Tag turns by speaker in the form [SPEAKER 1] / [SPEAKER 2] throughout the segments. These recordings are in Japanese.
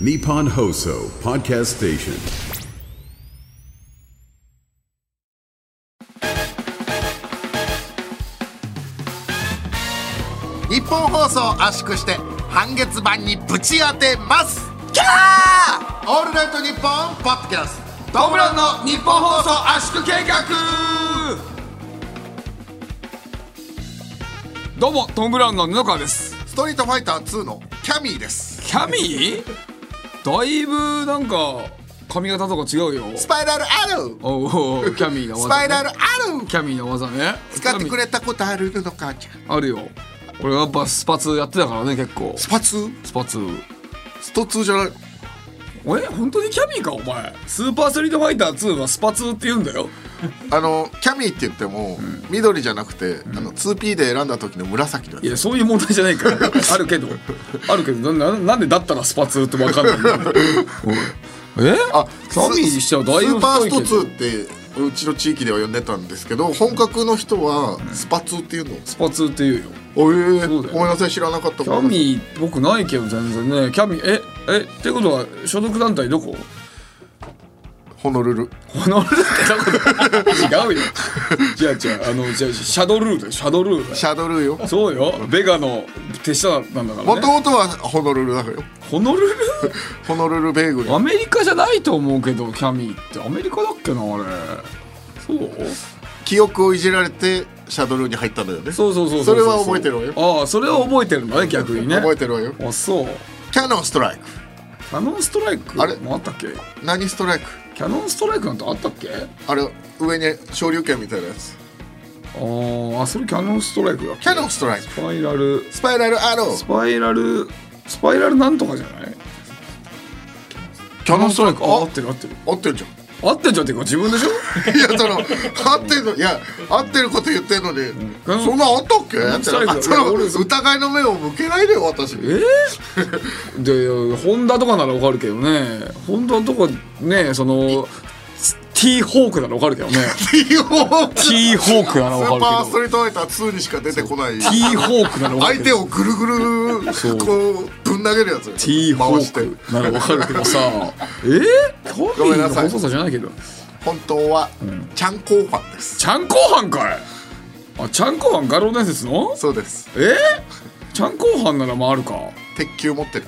[SPEAKER 1] Nippon Hoso Podcast Station.
[SPEAKER 2] 日本放送を圧縮して半月板にぶち当てますキャーオールナイトニッポンポッドキャストトムブラウンの日本放送圧縮計画
[SPEAKER 3] どうもトム・ブラウンの布川です
[SPEAKER 2] ストリートファイター2のキャミーです
[SPEAKER 3] キャミーだいぶなんか髪型とか違うよ
[SPEAKER 2] スパイラルアル
[SPEAKER 3] おうおうキャミーの技、
[SPEAKER 2] ス
[SPEAKER 3] ね、
[SPEAKER 2] パイラルアル
[SPEAKER 3] キャミーの技ね
[SPEAKER 2] 使ってくれたことあるのかちゃん
[SPEAKER 3] あるよ俺はやっぱスパツやってたからね結構
[SPEAKER 2] スパツ
[SPEAKER 3] スパツ
[SPEAKER 2] ストツーじゃない
[SPEAKER 3] え本当にキャミーかお前スーパーストリートファイター2はスパツって言うんだよ
[SPEAKER 2] あのキャミーって言っても、緑じゃなくて、あの 2P で選んだ時の紫の
[SPEAKER 3] い
[SPEAKER 2] や
[SPEAKER 3] やそういう問題じゃないから あるけどあるけどなななんでだったらスパツって分かんない んだよおいえ
[SPEAKER 2] つあ
[SPEAKER 3] キャミーにしちゃうだい
[SPEAKER 2] ス
[SPEAKER 3] ぶ
[SPEAKER 2] ーパー
[SPEAKER 3] 太
[SPEAKER 2] ス
[SPEAKER 3] いけど
[SPEAKER 2] トツーってうちの地域では呼んでたんですけど本格の人はスパツっていうの、
[SPEAKER 3] スパツって言うよ
[SPEAKER 2] おえ
[SPEAKER 3] そうだよ
[SPEAKER 2] ごめんなさい知らなかった
[SPEAKER 3] キャミー僕ないけど全然ねキャミーええってことは所属団体どこ
[SPEAKER 2] ホノルル
[SPEAKER 3] ホノルルってどこ違うよじゃあじゃああのじゃあシャドルーだよシャドルーだよ
[SPEAKER 2] シャドルーよ
[SPEAKER 3] そうよベガの手下なんだか
[SPEAKER 2] も
[SPEAKER 3] ら
[SPEAKER 2] と
[SPEAKER 3] ね
[SPEAKER 2] もとはホノルルだよ
[SPEAKER 3] ホノルル
[SPEAKER 2] ホノルルベーグル
[SPEAKER 3] アメリカじゃないと思うけどキャミーってアメリカだっけなあれそう
[SPEAKER 2] 記憶をいじられてシャドルーに入ったんだよね
[SPEAKER 3] そうそうそうう
[SPEAKER 2] それは覚えてるわよ
[SPEAKER 3] ああそれは覚えてるんだね逆にね
[SPEAKER 2] 覚えてるわよ
[SPEAKER 3] あそう
[SPEAKER 2] キャノンストライク
[SPEAKER 3] キャノンストライク
[SPEAKER 2] あれ
[SPEAKER 3] もあったっけ
[SPEAKER 2] 何ストライク
[SPEAKER 3] キャノンストライクなんてあったっけ
[SPEAKER 2] あれ上に昇竜拳みたいなやつ
[SPEAKER 3] あーあそれキャノンストライクだっけ
[SPEAKER 2] キャノンストライク
[SPEAKER 3] スパイラル
[SPEAKER 2] スパイラルアロ
[SPEAKER 3] ス
[SPEAKER 2] ー
[SPEAKER 3] パイラルスパイラルなんとかじゃない
[SPEAKER 2] キ
[SPEAKER 3] キャノンストライクあ合
[SPEAKER 2] あ
[SPEAKER 3] ってる合ってる
[SPEAKER 2] 合ってるじゃん
[SPEAKER 3] 合ってんじゃんっていうか自分 でしょ
[SPEAKER 2] いやその合ってるのいや合ってること言ってるのに、そんなあったっけ
[SPEAKER 3] んストライク
[SPEAKER 2] あその
[SPEAKER 3] 俺
[SPEAKER 2] 疑いの目を向けないでよ私
[SPEAKER 3] えー、でホンダとかならわかるけどねホンダとかねその T ホークならわかる けどね
[SPEAKER 2] T ホーク
[SPEAKER 3] T ホークなら
[SPEAKER 2] スー
[SPEAKER 3] わ
[SPEAKER 2] パー
[SPEAKER 3] か
[SPEAKER 2] ス
[SPEAKER 3] る
[SPEAKER 2] トリートフ
[SPEAKER 3] けど
[SPEAKER 2] ァイター2にしか出てこない
[SPEAKER 3] T ホークならわか
[SPEAKER 2] 相
[SPEAKER 3] るけ
[SPEAKER 2] 手
[SPEAKER 3] ど
[SPEAKER 2] をぐるぐる
[SPEAKER 3] そう
[SPEAKER 2] こうぶん投げるやつ
[SPEAKER 3] T ホ
[SPEAKER 2] 回して
[SPEAKER 3] ークならわかるけどさえー、キャ
[SPEAKER 2] ご
[SPEAKER 3] ミ
[SPEAKER 2] めん
[SPEAKER 3] ー
[SPEAKER 2] な
[SPEAKER 3] の
[SPEAKER 2] さい
[SPEAKER 3] 細さじゃないけど
[SPEAKER 2] 本当はちゃんこファンです
[SPEAKER 3] ちゃんこ飯かいあちゃんこ飯画廊伝説の
[SPEAKER 2] そうです
[SPEAKER 3] えー、ちゃんこ飯ならまああるか
[SPEAKER 2] 鉄球持ってる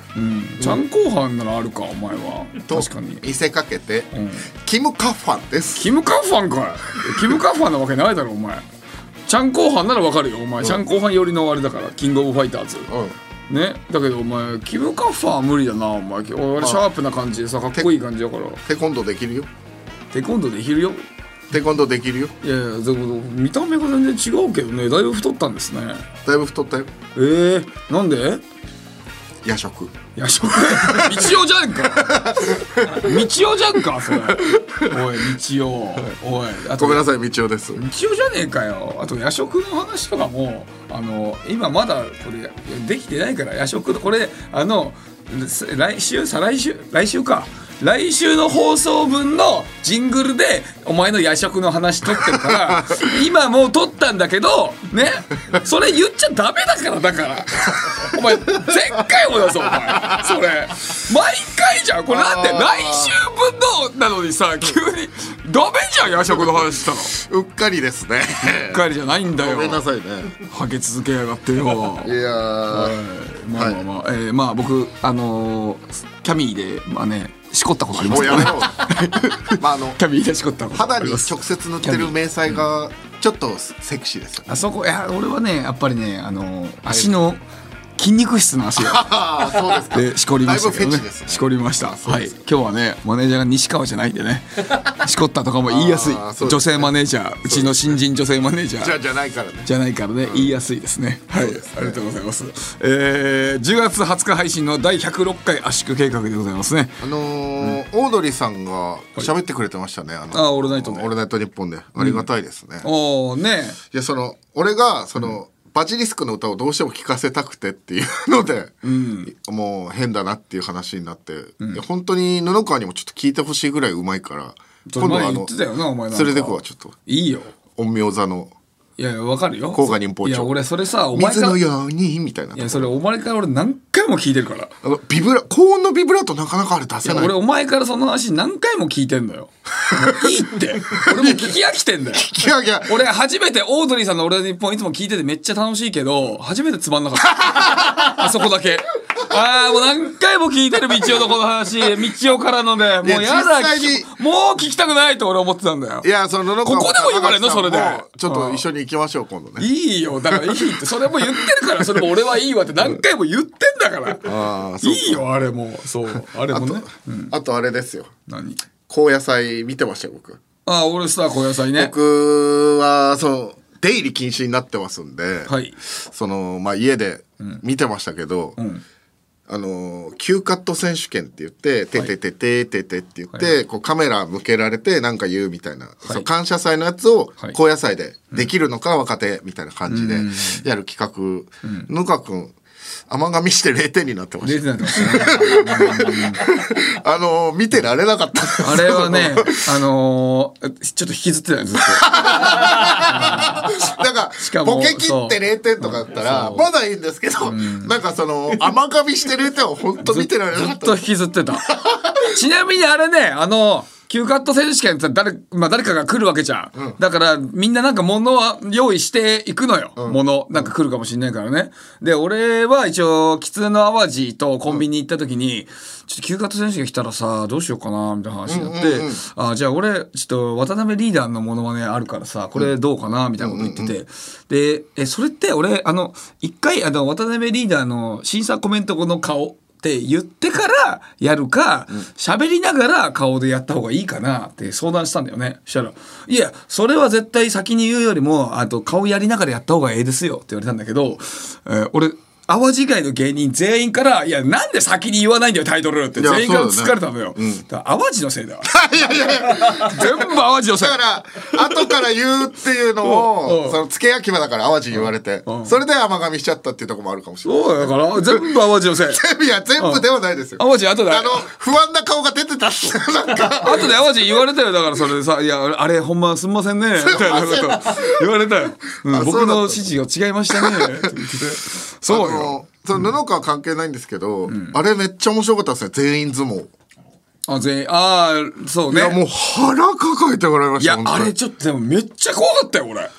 [SPEAKER 3] ちゃんこ飯ならあるかお前は
[SPEAKER 2] と
[SPEAKER 3] 確かに
[SPEAKER 2] 見せかけて
[SPEAKER 3] ん
[SPEAKER 2] キムカッファンです
[SPEAKER 3] キムカッファンかいキムカッファンなわけないだろお前ちゃんこ飯ならわかるよお前ちゃんこ飯寄りのあれだからキングオブファイターズ
[SPEAKER 2] うん
[SPEAKER 3] ねだけどお前キムカッファンは無理だなお前俺シャープな感じでさかっこいい感じだから
[SPEAKER 2] テコンドーできるよ
[SPEAKER 3] テコンドーできるよ
[SPEAKER 2] テコンドーできるよ
[SPEAKER 3] いやいやでも見た目が全然違うけどねだいぶ太ったんですね
[SPEAKER 2] だいぶ太ったよ
[SPEAKER 3] えー、なんで
[SPEAKER 2] 夜食
[SPEAKER 3] 夜食 道夫じゃんか道夫じゃんかそれおい道夫おいあ
[SPEAKER 2] ご
[SPEAKER 3] と
[SPEAKER 2] めんなさい道夫です
[SPEAKER 3] 一応じゃねえかよあと夜食の話とかもあの今まだこれできてないから夜食のこれあのす来週再来週来週か来週の放送分のジングルでお前の夜食の話撮ってるから 今もう撮ったんだけどねそれ言っちゃダメだからだからお前前回もだぞお前それ毎回じゃんこれなんで
[SPEAKER 2] あー
[SPEAKER 3] 来週分のなのにさ急にダメじゃん夜食の話した の
[SPEAKER 2] うっかりですね
[SPEAKER 3] ばっかりじゃないんだ
[SPEAKER 2] ご
[SPEAKER 3] よ。
[SPEAKER 2] めんなさいね
[SPEAKER 3] ハゲ続けや がって
[SPEAKER 2] い
[SPEAKER 3] よ。
[SPEAKER 2] やー
[SPEAKER 3] まあまあまあ、えーまあ僕あのーキャミーでまあねしこったことありま
[SPEAKER 2] も
[SPEAKER 3] す
[SPEAKER 2] う
[SPEAKER 3] け
[SPEAKER 2] やめ
[SPEAKER 3] どね。
[SPEAKER 2] ろ まああの
[SPEAKER 3] キャミーでしこったこと
[SPEAKER 2] 肌
[SPEAKER 3] あ
[SPEAKER 2] に
[SPEAKER 3] り
[SPEAKER 2] 直
[SPEAKER 3] ます。
[SPEAKER 2] 接塗ってる迷彩がちょっとセクシーですよね
[SPEAKER 3] あそこいや俺はねやっぱりねあのー足の筋肉質の足が。
[SPEAKER 2] ああそうですか
[SPEAKER 3] でしこりましたけど
[SPEAKER 2] だ
[SPEAKER 3] ね
[SPEAKER 2] いぶフェチですね
[SPEAKER 3] しこりましたはい今日はねマネージャーが西川じゃないん でねしこったとかも言いやすい
[SPEAKER 2] あーそうですね
[SPEAKER 3] 女性マネージャーうちの新人女性マネージャー
[SPEAKER 2] じゃあじゃないからね
[SPEAKER 3] じゃないからね、言いやすいですね。はい、ありがとうございます。えー、10月20日配信の第106回圧縮計画でございますね。
[SPEAKER 2] あのーオードリーさんが喋ってくれてましたね、あの
[SPEAKER 3] あーオールナイトで
[SPEAKER 2] オールナイト日本でありがたいですね、い
[SPEAKER 3] おーね
[SPEAKER 2] やその俺がその、バジリスクの歌をどうしても聴かせたくてっていうので、もう変だなっていう話になって、いや本当に布川にもちょっと聞いてほしいぐらいうまいから
[SPEAKER 3] ちょっと前言ってたよなお前なんか
[SPEAKER 2] 連れてくわちょっと
[SPEAKER 3] いいよ。
[SPEAKER 2] 陰陽座の
[SPEAKER 3] いやいやわかるよ
[SPEAKER 2] 甲賀忍法帳
[SPEAKER 3] いや俺それさお前
[SPEAKER 2] 水
[SPEAKER 3] から
[SPEAKER 2] の
[SPEAKER 3] い
[SPEAKER 2] ようにみたいな
[SPEAKER 3] やそれお前から俺何回も聞いてるから
[SPEAKER 2] あのビブラ高音のビブラートなかなかあれ出せない
[SPEAKER 3] 俺お前からその話何回も聞いてんのよもういいって俺もう聞き飽きてんだよ
[SPEAKER 2] いやいや
[SPEAKER 3] 俺初めてオードリーさんの「俺の日本」いつも聞いててめっちゃ楽しいけど初めてつまんなかった あそこだけああもう何回も聞いてる道夫のこの話道夫からのでもうやだ
[SPEAKER 2] 実際に
[SPEAKER 3] 聞きもう聞きたくないと俺思ってたんだよ
[SPEAKER 2] いやその野々
[SPEAKER 3] ここでも言われんのそれで
[SPEAKER 2] 高橋さんもちょっと一緒に行きましょう今度ね
[SPEAKER 3] いいよだからいいってそれも言ってるからそれも俺はいいわって何回も言ってんだから
[SPEAKER 2] あーそうか
[SPEAKER 3] いいよあれもそうあれもね
[SPEAKER 2] あとあれですよ
[SPEAKER 3] 何
[SPEAKER 2] 高野菜見てましたよ僕
[SPEAKER 3] ああ俺さ小野菜ね
[SPEAKER 2] 僕はその出入り禁止になってますんで、
[SPEAKER 3] はい
[SPEAKER 2] そのまあ家で見てましたけど、あの急カット選手権って言って「てててててて」って言って、こうカメラ向けられてなんか言うみたいな、その感謝祭のやつを
[SPEAKER 3] はい
[SPEAKER 2] 高野菜でできるのか若手みたいな感じでやる企画、野川君甘噛みして0点になってま
[SPEAKER 3] 出
[SPEAKER 2] して
[SPEAKER 3] なってましたね
[SPEAKER 2] たあの見てられなかったです
[SPEAKER 3] あれは ね、あのーちょっと引きずってたんですよ。
[SPEAKER 2] なんか
[SPEAKER 3] しかも
[SPEAKER 2] ボケ切って0点とかだったらまだいいんですけど、なんかその甘噛みして0点を本当見てられな
[SPEAKER 3] ず
[SPEAKER 2] か
[SPEAKER 3] っ
[SPEAKER 2] っ
[SPEAKER 3] と
[SPEAKER 2] た
[SPEAKER 3] 引きずってた。 ちなみにあれね、あの、急カット選手権って誰,、まあ、誰かが来るわけじゃん,、だからみんななんか物は用意していくのよ。物。なんか来るかもしんないからね。で、俺は一応、キツネの淡路とコンビニ行った時に、ちょっと急カット選手権来たらさ、どうしようかな、みたいな話になって、あ、じゃあ俺、ちょっと渡辺リーダーのモノマネあるからさ、これどうかな、みたいなこと言ってて。で、え、それって俺、あの、一回、あの、渡辺リーダーの審査コメント後の顔、って言ってからやるか喋、りながら顔でやった方がいいかなって相談したんだよねそしたら「いやそれは絶対先に言うよりもあと顔やりながらやった方がええですよ」って言われたんだけど、えー俺淡路以外の芸人全員から「いやなんで先に言わないんだよタイトル」って
[SPEAKER 2] いや
[SPEAKER 3] 全員から
[SPEAKER 2] そう
[SPEAKER 3] 突
[SPEAKER 2] だ
[SPEAKER 3] か
[SPEAKER 2] ね
[SPEAKER 3] れたのよ。だから淡路のせいだ
[SPEAKER 2] いやいやいや
[SPEAKER 3] 全部淡路のせ い
[SPEAKER 2] だから後から言うっていうの
[SPEAKER 3] うんう
[SPEAKER 2] を
[SPEAKER 3] ん
[SPEAKER 2] その付け焼き場だから淡路に言われて
[SPEAKER 3] うん
[SPEAKER 2] それで甘噛みしちゃったっていうところもあるかもしれない
[SPEAKER 3] そうだから全部淡路の せい
[SPEAKER 2] いや全部ではないですよ
[SPEAKER 3] 淡路後で
[SPEAKER 2] あの不安な顔が出てたなんか
[SPEAKER 3] あとで淡路言われたよだからそれでさ「いやあれほんますんませんね」みたいなこと言われたよ、うん
[SPEAKER 2] あ
[SPEAKER 3] 僕
[SPEAKER 2] そうだった
[SPEAKER 3] の指示が違いましたね」って言っててそう
[SPEAKER 2] あ
[SPEAKER 3] よ
[SPEAKER 2] のその布川関係ないんですけど、あれめっちゃ面白かったですね全員相撲、
[SPEAKER 3] あ全員ああそう
[SPEAKER 2] い
[SPEAKER 3] ね
[SPEAKER 2] やもう腹抱えてもらいま
[SPEAKER 3] い
[SPEAKER 2] した
[SPEAKER 3] や
[SPEAKER 2] 本当
[SPEAKER 3] あ
[SPEAKER 2] に
[SPEAKER 3] れちょっとでもめっちゃ怖かったよ俺
[SPEAKER 2] あ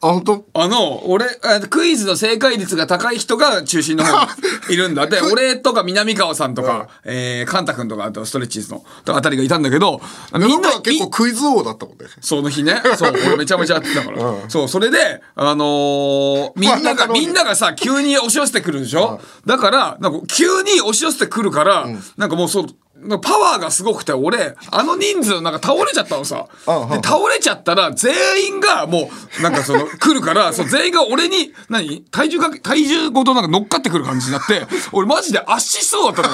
[SPEAKER 2] 本当
[SPEAKER 3] あの俺あクイズの正解率が高い人が中心の方 にいるんだで俺とか南川さんとか、えー、カンタ君とかあとストレッチーズのあたりがいたんだけどみ
[SPEAKER 2] 布
[SPEAKER 3] んな
[SPEAKER 2] 川結構クイズ王だったもんね
[SPEAKER 3] その日 ね。そう、俺めちゃめちゃ会ってたから。そう、それで、あの ーみん
[SPEAKER 2] 真
[SPEAKER 3] なん
[SPEAKER 2] 中
[SPEAKER 3] が、
[SPEAKER 2] の方に
[SPEAKER 3] みんながさ、急に押し寄せてくるでしょだから、なんか急に押し寄せてくるから、なんかもうそう、なんかパワーがすごくて、俺、あの人数なんか倒れちゃったのさ。
[SPEAKER 2] うん
[SPEAKER 3] で、倒れちゃったら、全員がもう、なんか その、来るから、そう、全員が俺に、何体重かけ、体重ごとなんか乗っかってくる感じになって、俺マジで圧死しそうだっ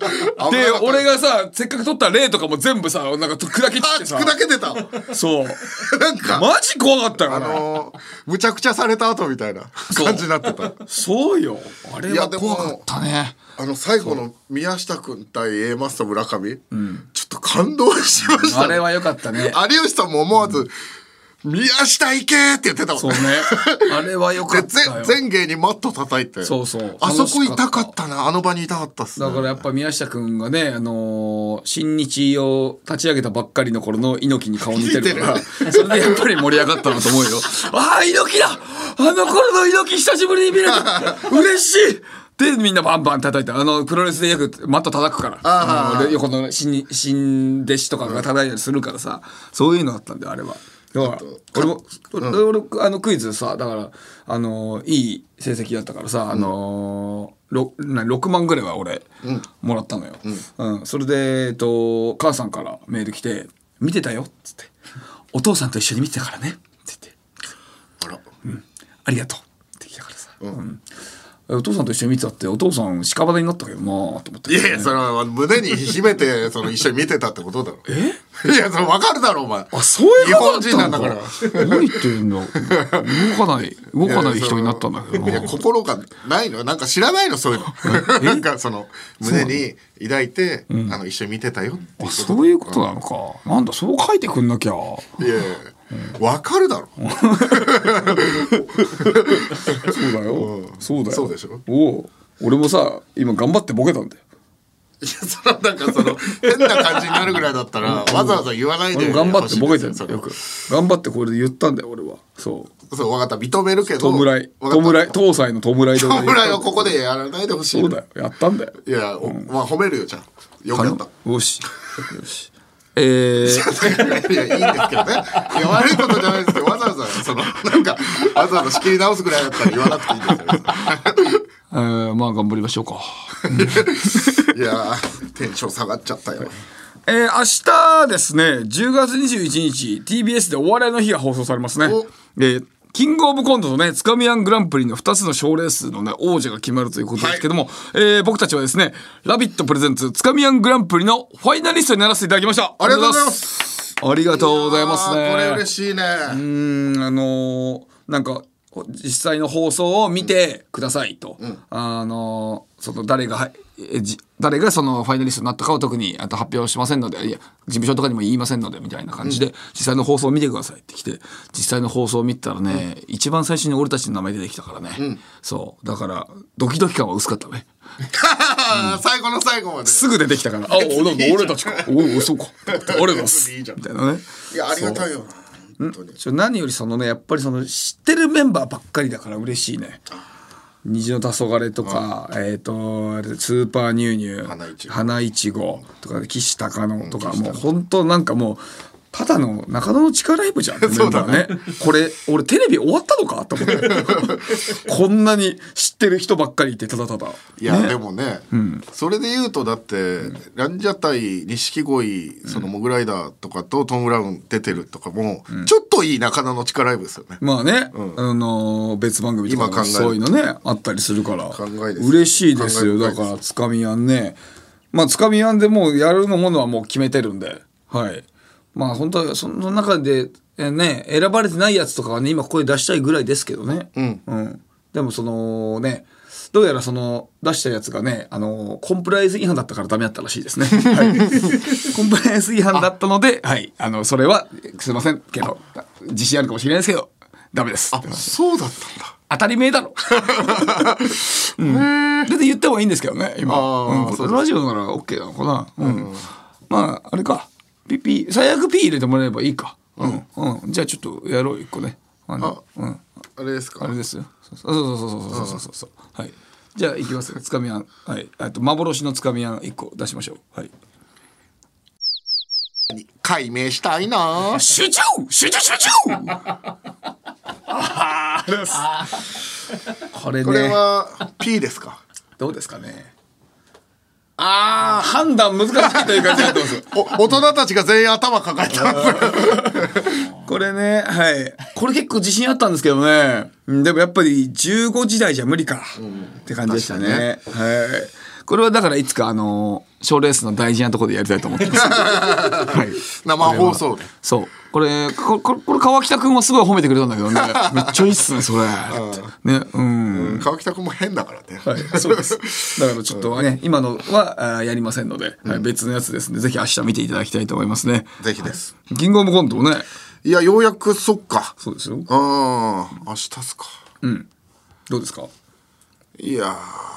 [SPEAKER 3] たの よ。で、俺がさ、せっかく取った例とかも全部さ、なんか砕け散って
[SPEAKER 2] あ
[SPEAKER 3] さ。
[SPEAKER 2] 砕け てた
[SPEAKER 3] そう。
[SPEAKER 2] なんか
[SPEAKER 3] マジ怖かったよ、
[SPEAKER 2] あ
[SPEAKER 3] あれ。
[SPEAKER 2] のーむちゃくちゃされた後みたいな
[SPEAKER 3] そう
[SPEAKER 2] 感じになってた
[SPEAKER 3] そうよ。あれ
[SPEAKER 2] いや
[SPEAKER 3] は
[SPEAKER 2] でも
[SPEAKER 3] 怖かったね。
[SPEAKER 2] あの最後の宮下君対 A マスター村上、ちょっと感動しました、ね、
[SPEAKER 3] あれは良かったね。
[SPEAKER 2] 有吉さんも思わず「宮下行け!」って言ってたも
[SPEAKER 3] そ
[SPEAKER 2] ん
[SPEAKER 3] うね
[SPEAKER 2] ね。
[SPEAKER 3] あれは良か
[SPEAKER 2] で
[SPEAKER 3] ったよ
[SPEAKER 2] 全。全芸にマット叩いて
[SPEAKER 3] そうそう
[SPEAKER 2] あそこいたかったなあの場にいたかったっすね
[SPEAKER 3] だからやっぱ宮下くんがね、あのー新日を立ち上げたばっかりの頃の猪木に顔似てるから、それでやっぱり盛り上がったなと思う よ。ああ、猪木だあの頃の猪木久しぶりに見れ た嬉しいで、みんなバンバン叩いた。あの、プロレスでよくマット叩くから。あので横の新、新弟子とかが叩いたりするからさ、そういうのあったんだよ、あれは。だから俺も、俺俺あのクイズさだからあのーいい成績だったからさ、あのーろな6万ぐらいは俺、もらったのよ、うんそれで、えっと、母さんからメール来て「見てたよ」っつって「お父さんと一緒に見てたからね」って言って
[SPEAKER 2] あら
[SPEAKER 3] 「ありがとう」って来たからさ、うんお父さんと一緒に見てたってお父さん屍になったけどなーと思って、
[SPEAKER 2] いやいやそれは胸に秘めてその一緒に見てたってことだろ えいやそれ分かるだろお前
[SPEAKER 3] あそういうこと
[SPEAKER 2] 日
[SPEAKER 3] だ
[SPEAKER 2] 本人な
[SPEAKER 3] った
[SPEAKER 2] ん
[SPEAKER 3] ん
[SPEAKER 2] だ
[SPEAKER 3] だ
[SPEAKER 2] から
[SPEAKER 3] 何言ってんの動かない動かない人になったんだけど
[SPEAKER 2] いや
[SPEAKER 3] な
[SPEAKER 2] 心がないのなんか知らないのそういうのなんかその胸に抱いてあの一緒に見てたよっていう
[SPEAKER 3] あ
[SPEAKER 2] こと
[SPEAKER 3] そういうことなのか。なんだ、そう書いてくんなきゃ。
[SPEAKER 2] いやいやわかるだろ
[SPEAKER 3] そうだよ
[SPEAKER 2] ん
[SPEAKER 3] そうだよ
[SPEAKER 2] そうでしょ
[SPEAKER 3] おう俺もさ今頑張ってボケたんだよ
[SPEAKER 2] いやそのなんかその変な感じになるぐらいだったらわざわざ言わない
[SPEAKER 3] 俺
[SPEAKER 2] で
[SPEAKER 3] も頑張ってボケて
[SPEAKER 2] る
[SPEAKER 3] んだよよく頑張ってこれで言ったんだよ俺はそう
[SPEAKER 2] そう分かった認めるけど
[SPEAKER 3] 弔い
[SPEAKER 2] わかっ
[SPEAKER 3] 弔
[SPEAKER 2] た
[SPEAKER 3] い東西の弔いで
[SPEAKER 2] 弔いをここでやらないでほしい
[SPEAKER 3] そうだよやったんだよ
[SPEAKER 2] いや、おまあ褒めるよじゃんよくやった
[SPEAKER 3] よしよしえー、
[SPEAKER 2] いや、いいんですけどね。いや、悪いことじゃないですけど、わざわざ、その、なんか、わざわざ仕切り直すぐらいだったら言わなくていい
[SPEAKER 3] えー、まあ頑張りましょうか
[SPEAKER 2] ですよ。いやー、テンション下がっちゃったよ。
[SPEAKER 3] えー、明日ですね、10月21日、TBS でお笑いの日が放送されますね
[SPEAKER 2] お。
[SPEAKER 3] えーキングオブコントとね、つかみアングランプリの2つの賞レースのね、王者が決まるということですけども、えー僕たちはですね、ラビットプレゼンツ、つかみアングランプリのファイナリストにならせていただきました。。
[SPEAKER 2] ありがとうございます
[SPEAKER 3] ありがとうございます
[SPEAKER 2] あ
[SPEAKER 3] ね。
[SPEAKER 2] ーこれ嬉しいね。
[SPEAKER 3] うーんあのーなんかほ実際の放送を見てくださいと、あのーその誰がはいえじ誰がそのファイナリストになったかを特にあと発表しませんのでいや事務所とかにも言いませんのでみたいな感じで、実際の放送を見てくださいって来て実際の放送を見てたらね、一番最初に俺たちの名前出てきたからね、そうだからドキドキ感は薄かったね
[SPEAKER 2] 最後の最後まで。
[SPEAKER 3] すぐ出てきたから「あおなんか俺たち かおおそうかありがとうございま
[SPEAKER 2] 別
[SPEAKER 3] す」
[SPEAKER 2] にいい
[SPEAKER 3] み
[SPEAKER 2] じゃん
[SPEAKER 3] たいなね
[SPEAKER 2] いや、ありがたいよな。本当に。
[SPEAKER 3] ちょ何よりそのねやっぱりその知ってるメンバーばっかりだから嬉しいね虹の黄昏とか、えっ、とあれスーパーニューニュー
[SPEAKER 2] 花いちご
[SPEAKER 3] 花いちごとか岸高野とか、もう本当なんかもうただの中野の地下ライブじゃん
[SPEAKER 2] そうだね
[SPEAKER 3] メンバーねこれ俺テレビ終わったのかと思って こんなに知ってる人ばっかりいてただただ
[SPEAKER 2] いや、でもね、それで言うとだって、ランジャタイ錦鯉そのモグライダーとかとトム・ブラウン出てるとかも、ちょっといい中野の力ライブですよね。
[SPEAKER 3] まあね、あのー別番組とか
[SPEAKER 2] 今考
[SPEAKER 3] も
[SPEAKER 2] える
[SPEAKER 3] そういうのねあったりするから
[SPEAKER 2] 考えです
[SPEAKER 3] 嬉しいです
[SPEAKER 2] 考え
[SPEAKER 3] よ
[SPEAKER 2] 深い
[SPEAKER 3] だ
[SPEAKER 2] です
[SPEAKER 3] からつかみやんねまあつかみやんでもうやるのものはもう決めてるんではいまあ本当はその中で、えーね選ばれてないやつとかはね今声出したいぐらいですけどねうん、でもそのねどうやらその出したやつがね、あのーコンプライアンス違反だったからダメだったらしい ですね。はい、コンプライアンス違反だったので、はい、あの、それは、すいませんけど、自信あるかもしれないですけど、ダメです。
[SPEAKER 2] そうだったんだ。
[SPEAKER 3] 当たり前だろ。うん、別に言ってもいいんですけどね、今。
[SPEAKER 2] あー
[SPEAKER 3] うん
[SPEAKER 2] そう
[SPEAKER 3] ラジオなら OK なのかな。うん。まあ、あれか。ピピ、最悪 P 入れてもらえばいいか。うん。うん。じゃあちょっとやろう、一個ね。あの、うん。
[SPEAKER 2] あれですか
[SPEAKER 3] あれですよ。そうそうそうそうそうそうそうそう。はい。じゃあ行きますよ。つかみあん。はい。あと幻のつかみあん一個出しましょう。はい。
[SPEAKER 2] 解明したいなぁ
[SPEAKER 3] 集中集中集中。あーです。 これね。
[SPEAKER 2] これは P ですか
[SPEAKER 3] どうですかね。ああ判断難しいという感じだと思うんですよ。
[SPEAKER 2] お大人たちが全員頭抱えた
[SPEAKER 3] これね、はい。これ結構自信あったんですけどね。うんでもやっぱり15時代じゃ無理か。って感じでしたね。はい。これはだからいつかあのー、賞レースの大事なところでやりたいと思って ます。はい。
[SPEAKER 2] 生放送で
[SPEAKER 3] そう。これ、こここれ川北くんもすごい褒めてくれたんだけどね。めっちゃいいっすね、それ。ね、うん。
[SPEAKER 2] 川北君も変だからね、
[SPEAKER 3] はい、そうです。だからちょっとね、今のはあーやりませんので、はい別のやつですね。ぜひ明日見ていただきたいと思いますね。
[SPEAKER 2] ぜひです
[SPEAKER 3] キングオブコントもね、
[SPEAKER 2] いやようやくそっか
[SPEAKER 3] そうですよ。
[SPEAKER 2] ああ明日っすか
[SPEAKER 3] どうですか
[SPEAKER 2] いや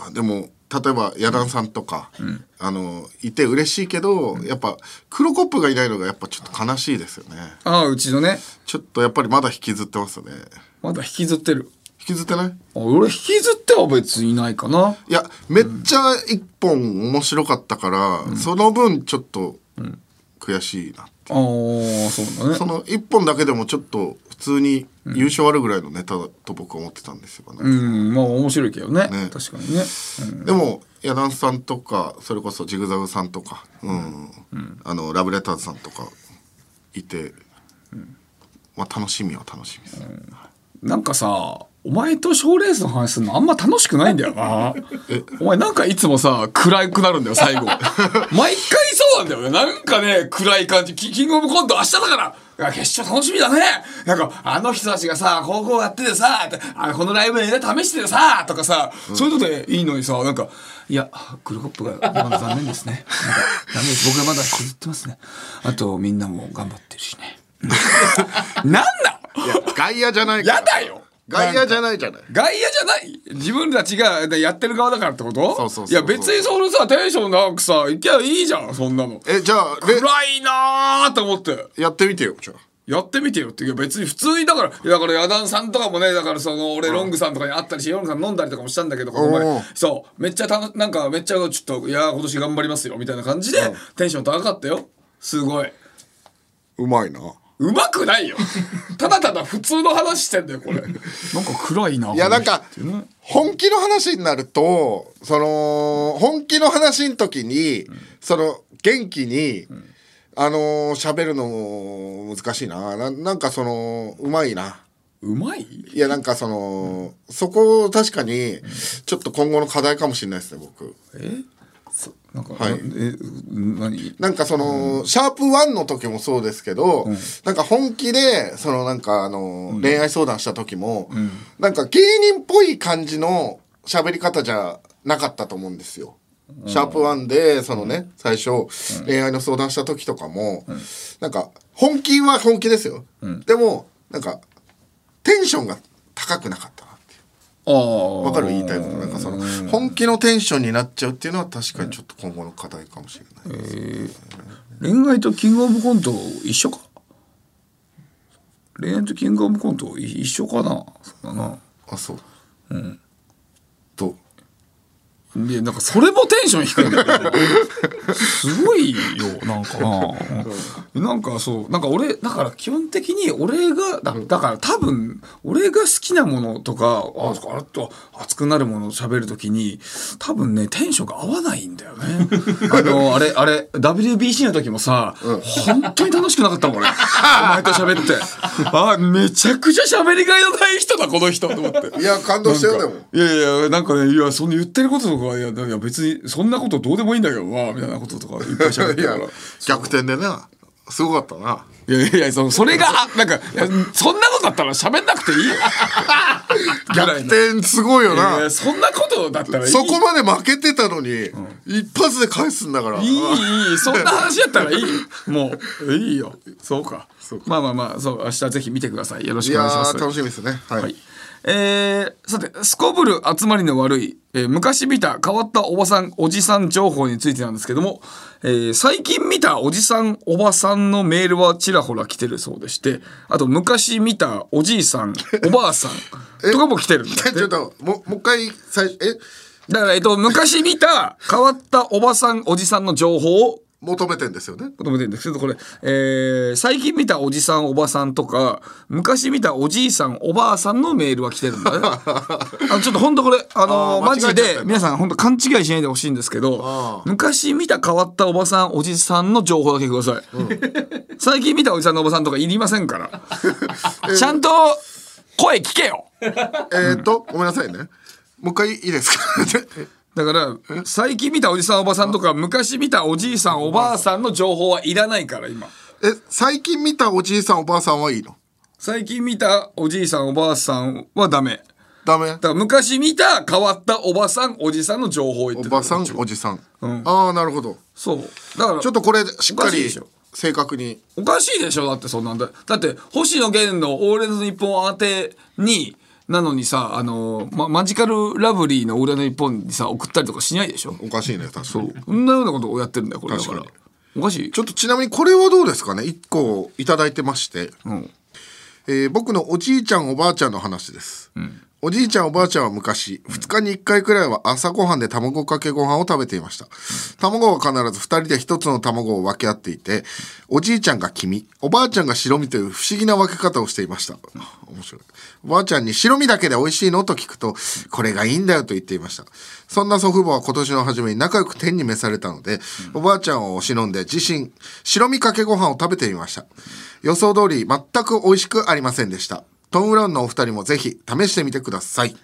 [SPEAKER 2] ーでも例えばヤダンさんとか、あのいて嬉しいけど、やっぱ黒コップがいないのがやっぱちょっと悲しいですよね
[SPEAKER 3] ああ、うちのね、
[SPEAKER 2] ちょっとやっぱりまだ引きずってますよね
[SPEAKER 3] まだ引きずってる。
[SPEAKER 2] 引きずってない
[SPEAKER 3] あ俺引きずっては別にいないかな。
[SPEAKER 2] いやめっちゃ一本面白かったから、その分ちょっと悔しいな、
[SPEAKER 3] ああ、そうだ
[SPEAKER 2] そ
[SPEAKER 3] ね。
[SPEAKER 2] の一本だけでもちょっと普通に優勝あるぐらいのネタだと僕は思ってたんですよね、
[SPEAKER 3] うん、まあ面白いけどね。
[SPEAKER 2] ね
[SPEAKER 3] 確かにね。
[SPEAKER 2] でもヤダンスさんとかそれこそジグザグさんとか、うんあのラブレターズさんとかいて、まあ、楽しみは楽しみです、
[SPEAKER 3] うんなんかさ、お前と賞ーレースの話するのあんま楽しくないんだよな。お前なんかいつもさ、暗くなるんだよ、最後。毎回そうなんだよね。なんかね、暗い感じ。キキングオブコント明日だからいや決勝楽しみだねなんか、あの人たちがさ、高校やっててさ、あこのライブで、ね、試しててさ、とかさ、そういうのでいいのにさ、なんか、いや、クルコップがまだ残念ですね。なんかダメです。僕はまだこずってますね。あと、みんなも頑張ってるしね。なんなん
[SPEAKER 2] いや外野じゃないから
[SPEAKER 3] やだよ
[SPEAKER 2] 外野じゃないじゃない
[SPEAKER 3] 外野じゃない自分たちがやってる側だからってこと
[SPEAKER 2] そうそうそう
[SPEAKER 3] や別にそのさテンション高くさ行きゃいいじゃんそんなの
[SPEAKER 2] えじゃあ
[SPEAKER 3] 暗
[SPEAKER 2] れ
[SPEAKER 3] いなーと思って
[SPEAKER 2] やってみてよじゃあ
[SPEAKER 3] やってみてよっていう別に普通にだからいやだからヤダンさんとかもねだからその俺ロングさんとかに会ったりしてロングさん飲んだりとかもしたんだけどこの
[SPEAKER 2] お
[SPEAKER 3] 前
[SPEAKER 2] ー
[SPEAKER 3] そうめっちゃたのなんかめっちゃちょっといやー今年頑張りますよみたいな感じでテンション高かったよすごいう
[SPEAKER 2] まいな
[SPEAKER 3] うまくないよただただ普通の話してんだよこれなんか暗いない
[SPEAKER 2] いやなんか本気の話になるとその本気の話の時に、その元気に、あのー喋るのも難しいなななんかそのうまいな
[SPEAKER 3] うまい
[SPEAKER 2] いやなんかその、そこ確かにちょっと今後の課題かもしれないですね僕
[SPEAKER 3] えそなんか、
[SPEAKER 2] はい
[SPEAKER 3] なえ何
[SPEAKER 2] なんかその、シャープ1の時もそうですけど、なんか本気で、そのなんかあの、恋愛相談した時も、なんか芸人っぽい感じの喋り方じゃなかったと思うんですよ。シャープ1で、そのね、最初、恋愛の相談した時とかも、なんか、本気は本気ですよ。でも、なんか、テンションが高くなかったなっていう。
[SPEAKER 3] ああ
[SPEAKER 2] わかる言いたいことなんかその本気のテンションになっちゃうっていうのは確かにちょっと今後の課題かもしれないです
[SPEAKER 3] 恋愛とキングオブコント一緒か恋愛とキングオブコント一緒かなそうだな
[SPEAKER 2] あそううんと
[SPEAKER 3] でなんかそれもテンション低いんだけどすごいよなんかなうんなんかそうなんか俺だから基本的に俺がだだから多分俺が好きなものとかああれと熱くなるものを喋るときに多分ねテンションが合わないんだよねあのあれあれ WBC の時もさ、本当に楽しくなかったもん俺お前と喋ってあめちゃくちゃ喋りがいのない人だこの人と思って
[SPEAKER 2] いや感動したよでも
[SPEAKER 3] いやいや、なんかね、いや、その言ってることとか、いや、いや別に、そんなことどうでもいいんだけどな、みたいなこととか、いっ ぱい喋って
[SPEAKER 2] い
[SPEAKER 3] た
[SPEAKER 2] や
[SPEAKER 3] から。
[SPEAKER 2] 逆転でなすごかったない
[SPEAKER 3] やいやいや、そのそれが、あなんか、いやそんなことだったら喋んなくていいよ。
[SPEAKER 2] 逆転すごいよ
[SPEAKER 3] ぐらいのい
[SPEAKER 2] な
[SPEAKER 3] やそんなことだったらいい。
[SPEAKER 2] そこまで負けてたのに一発で返すんだから
[SPEAKER 3] いい、いい、そんな話だったらいい。もう、いいよ。そうか。まあまあまあ、そう、明日ぜひ見てください。よろし
[SPEAKER 2] い
[SPEAKER 3] くお
[SPEAKER 2] や
[SPEAKER 3] 願いします
[SPEAKER 2] ー。楽しみですねは
[SPEAKER 3] はい
[SPEAKER 2] い。
[SPEAKER 3] えーさて、すこぶる集まりの悪い、えー昔見た変わったおばさん、おじさん情報についてなんですけども、えー最近見たおじさん、おばさんのメールはちらほら来てるそうでして、あと昔見たおじいさ ん、おばあさんとかも来てるんだって
[SPEAKER 2] ちょっとももう一回最初え
[SPEAKER 3] だから、えっと、昔見た変わったおばさん、おじさんの情報を
[SPEAKER 2] 求めてんですよね
[SPEAKER 3] 求めてるんですけど、これ、えー最近見たおじさん、おばさんとか、昔見たおじいさん、おばあさんのメールは来てるん だね。あのちょっと本当これ、あの
[SPEAKER 2] あー
[SPEAKER 3] マジ
[SPEAKER 2] 間違えちゃった
[SPEAKER 3] で
[SPEAKER 2] よ、な
[SPEAKER 3] 皆さん本当勘違いしないでほしいんですけど
[SPEAKER 2] あ、
[SPEAKER 3] 昔見た変わったおばさん、おじさんの情報だけください。 最近見たおじさんのおばさんとかいりませ んから。ちゃんと声聞けよ
[SPEAKER 2] えっとごめんなさいねもう一回いいですか
[SPEAKER 3] だから、最近見たおじさん、おばさんとか、昔見たおじいさん、おばあさんの情報はいらないから、今。
[SPEAKER 2] え最近見たおじいさんおばあさんはいいの
[SPEAKER 3] 最近見たおじいさんおばあさんはダメ
[SPEAKER 2] ダメ
[SPEAKER 3] だから昔見た変わったおばさんおじさんの情報を言っ
[SPEAKER 2] お
[SPEAKER 3] てた
[SPEAKER 2] ばさんおじさん、ああなるほど
[SPEAKER 3] そうだから
[SPEAKER 2] ちょっとこれしっか
[SPEAKER 3] おかしい
[SPEAKER 2] り
[SPEAKER 3] でしょ
[SPEAKER 2] 正確に
[SPEAKER 3] おかしいでしょだってそんなんだだって星野源の「オールナイトニッポン」宛てになのにさあの、ま、マジカルラブリーの「オールナイトニッポン」にさ送ったりとかしないでしょ
[SPEAKER 2] おかしいね確かに
[SPEAKER 3] そんなようなことをやってるんだよこれだ
[SPEAKER 2] 確
[SPEAKER 3] か
[SPEAKER 2] からに
[SPEAKER 3] おかしい
[SPEAKER 2] ちょっとちなみにこれはどうですかね1個いただいてまして、
[SPEAKER 3] うん
[SPEAKER 2] えー僕のおじいちゃんおばあちゃんの話です、おじいちゃんおばあちゃんは昔2日に1回くらいは朝ごはんで卵かけご飯を食べていました卵は必ず2人で1つの卵を分け合っていておじいちゃんが黄身おばあちゃんが白身という不思議な分け方をしていました面白いおばあちゃんに白身だけで美味しいのと聞くとこれがいいんだよと言っていましたそんな祖父母は今年の初めに仲良く天に召されたので、おばあちゃんを忍んで自身白身かけご飯を食べてみました予想通り全く美味しくありませんでしたトム・ブラウンのお二人もぜひ試してみてください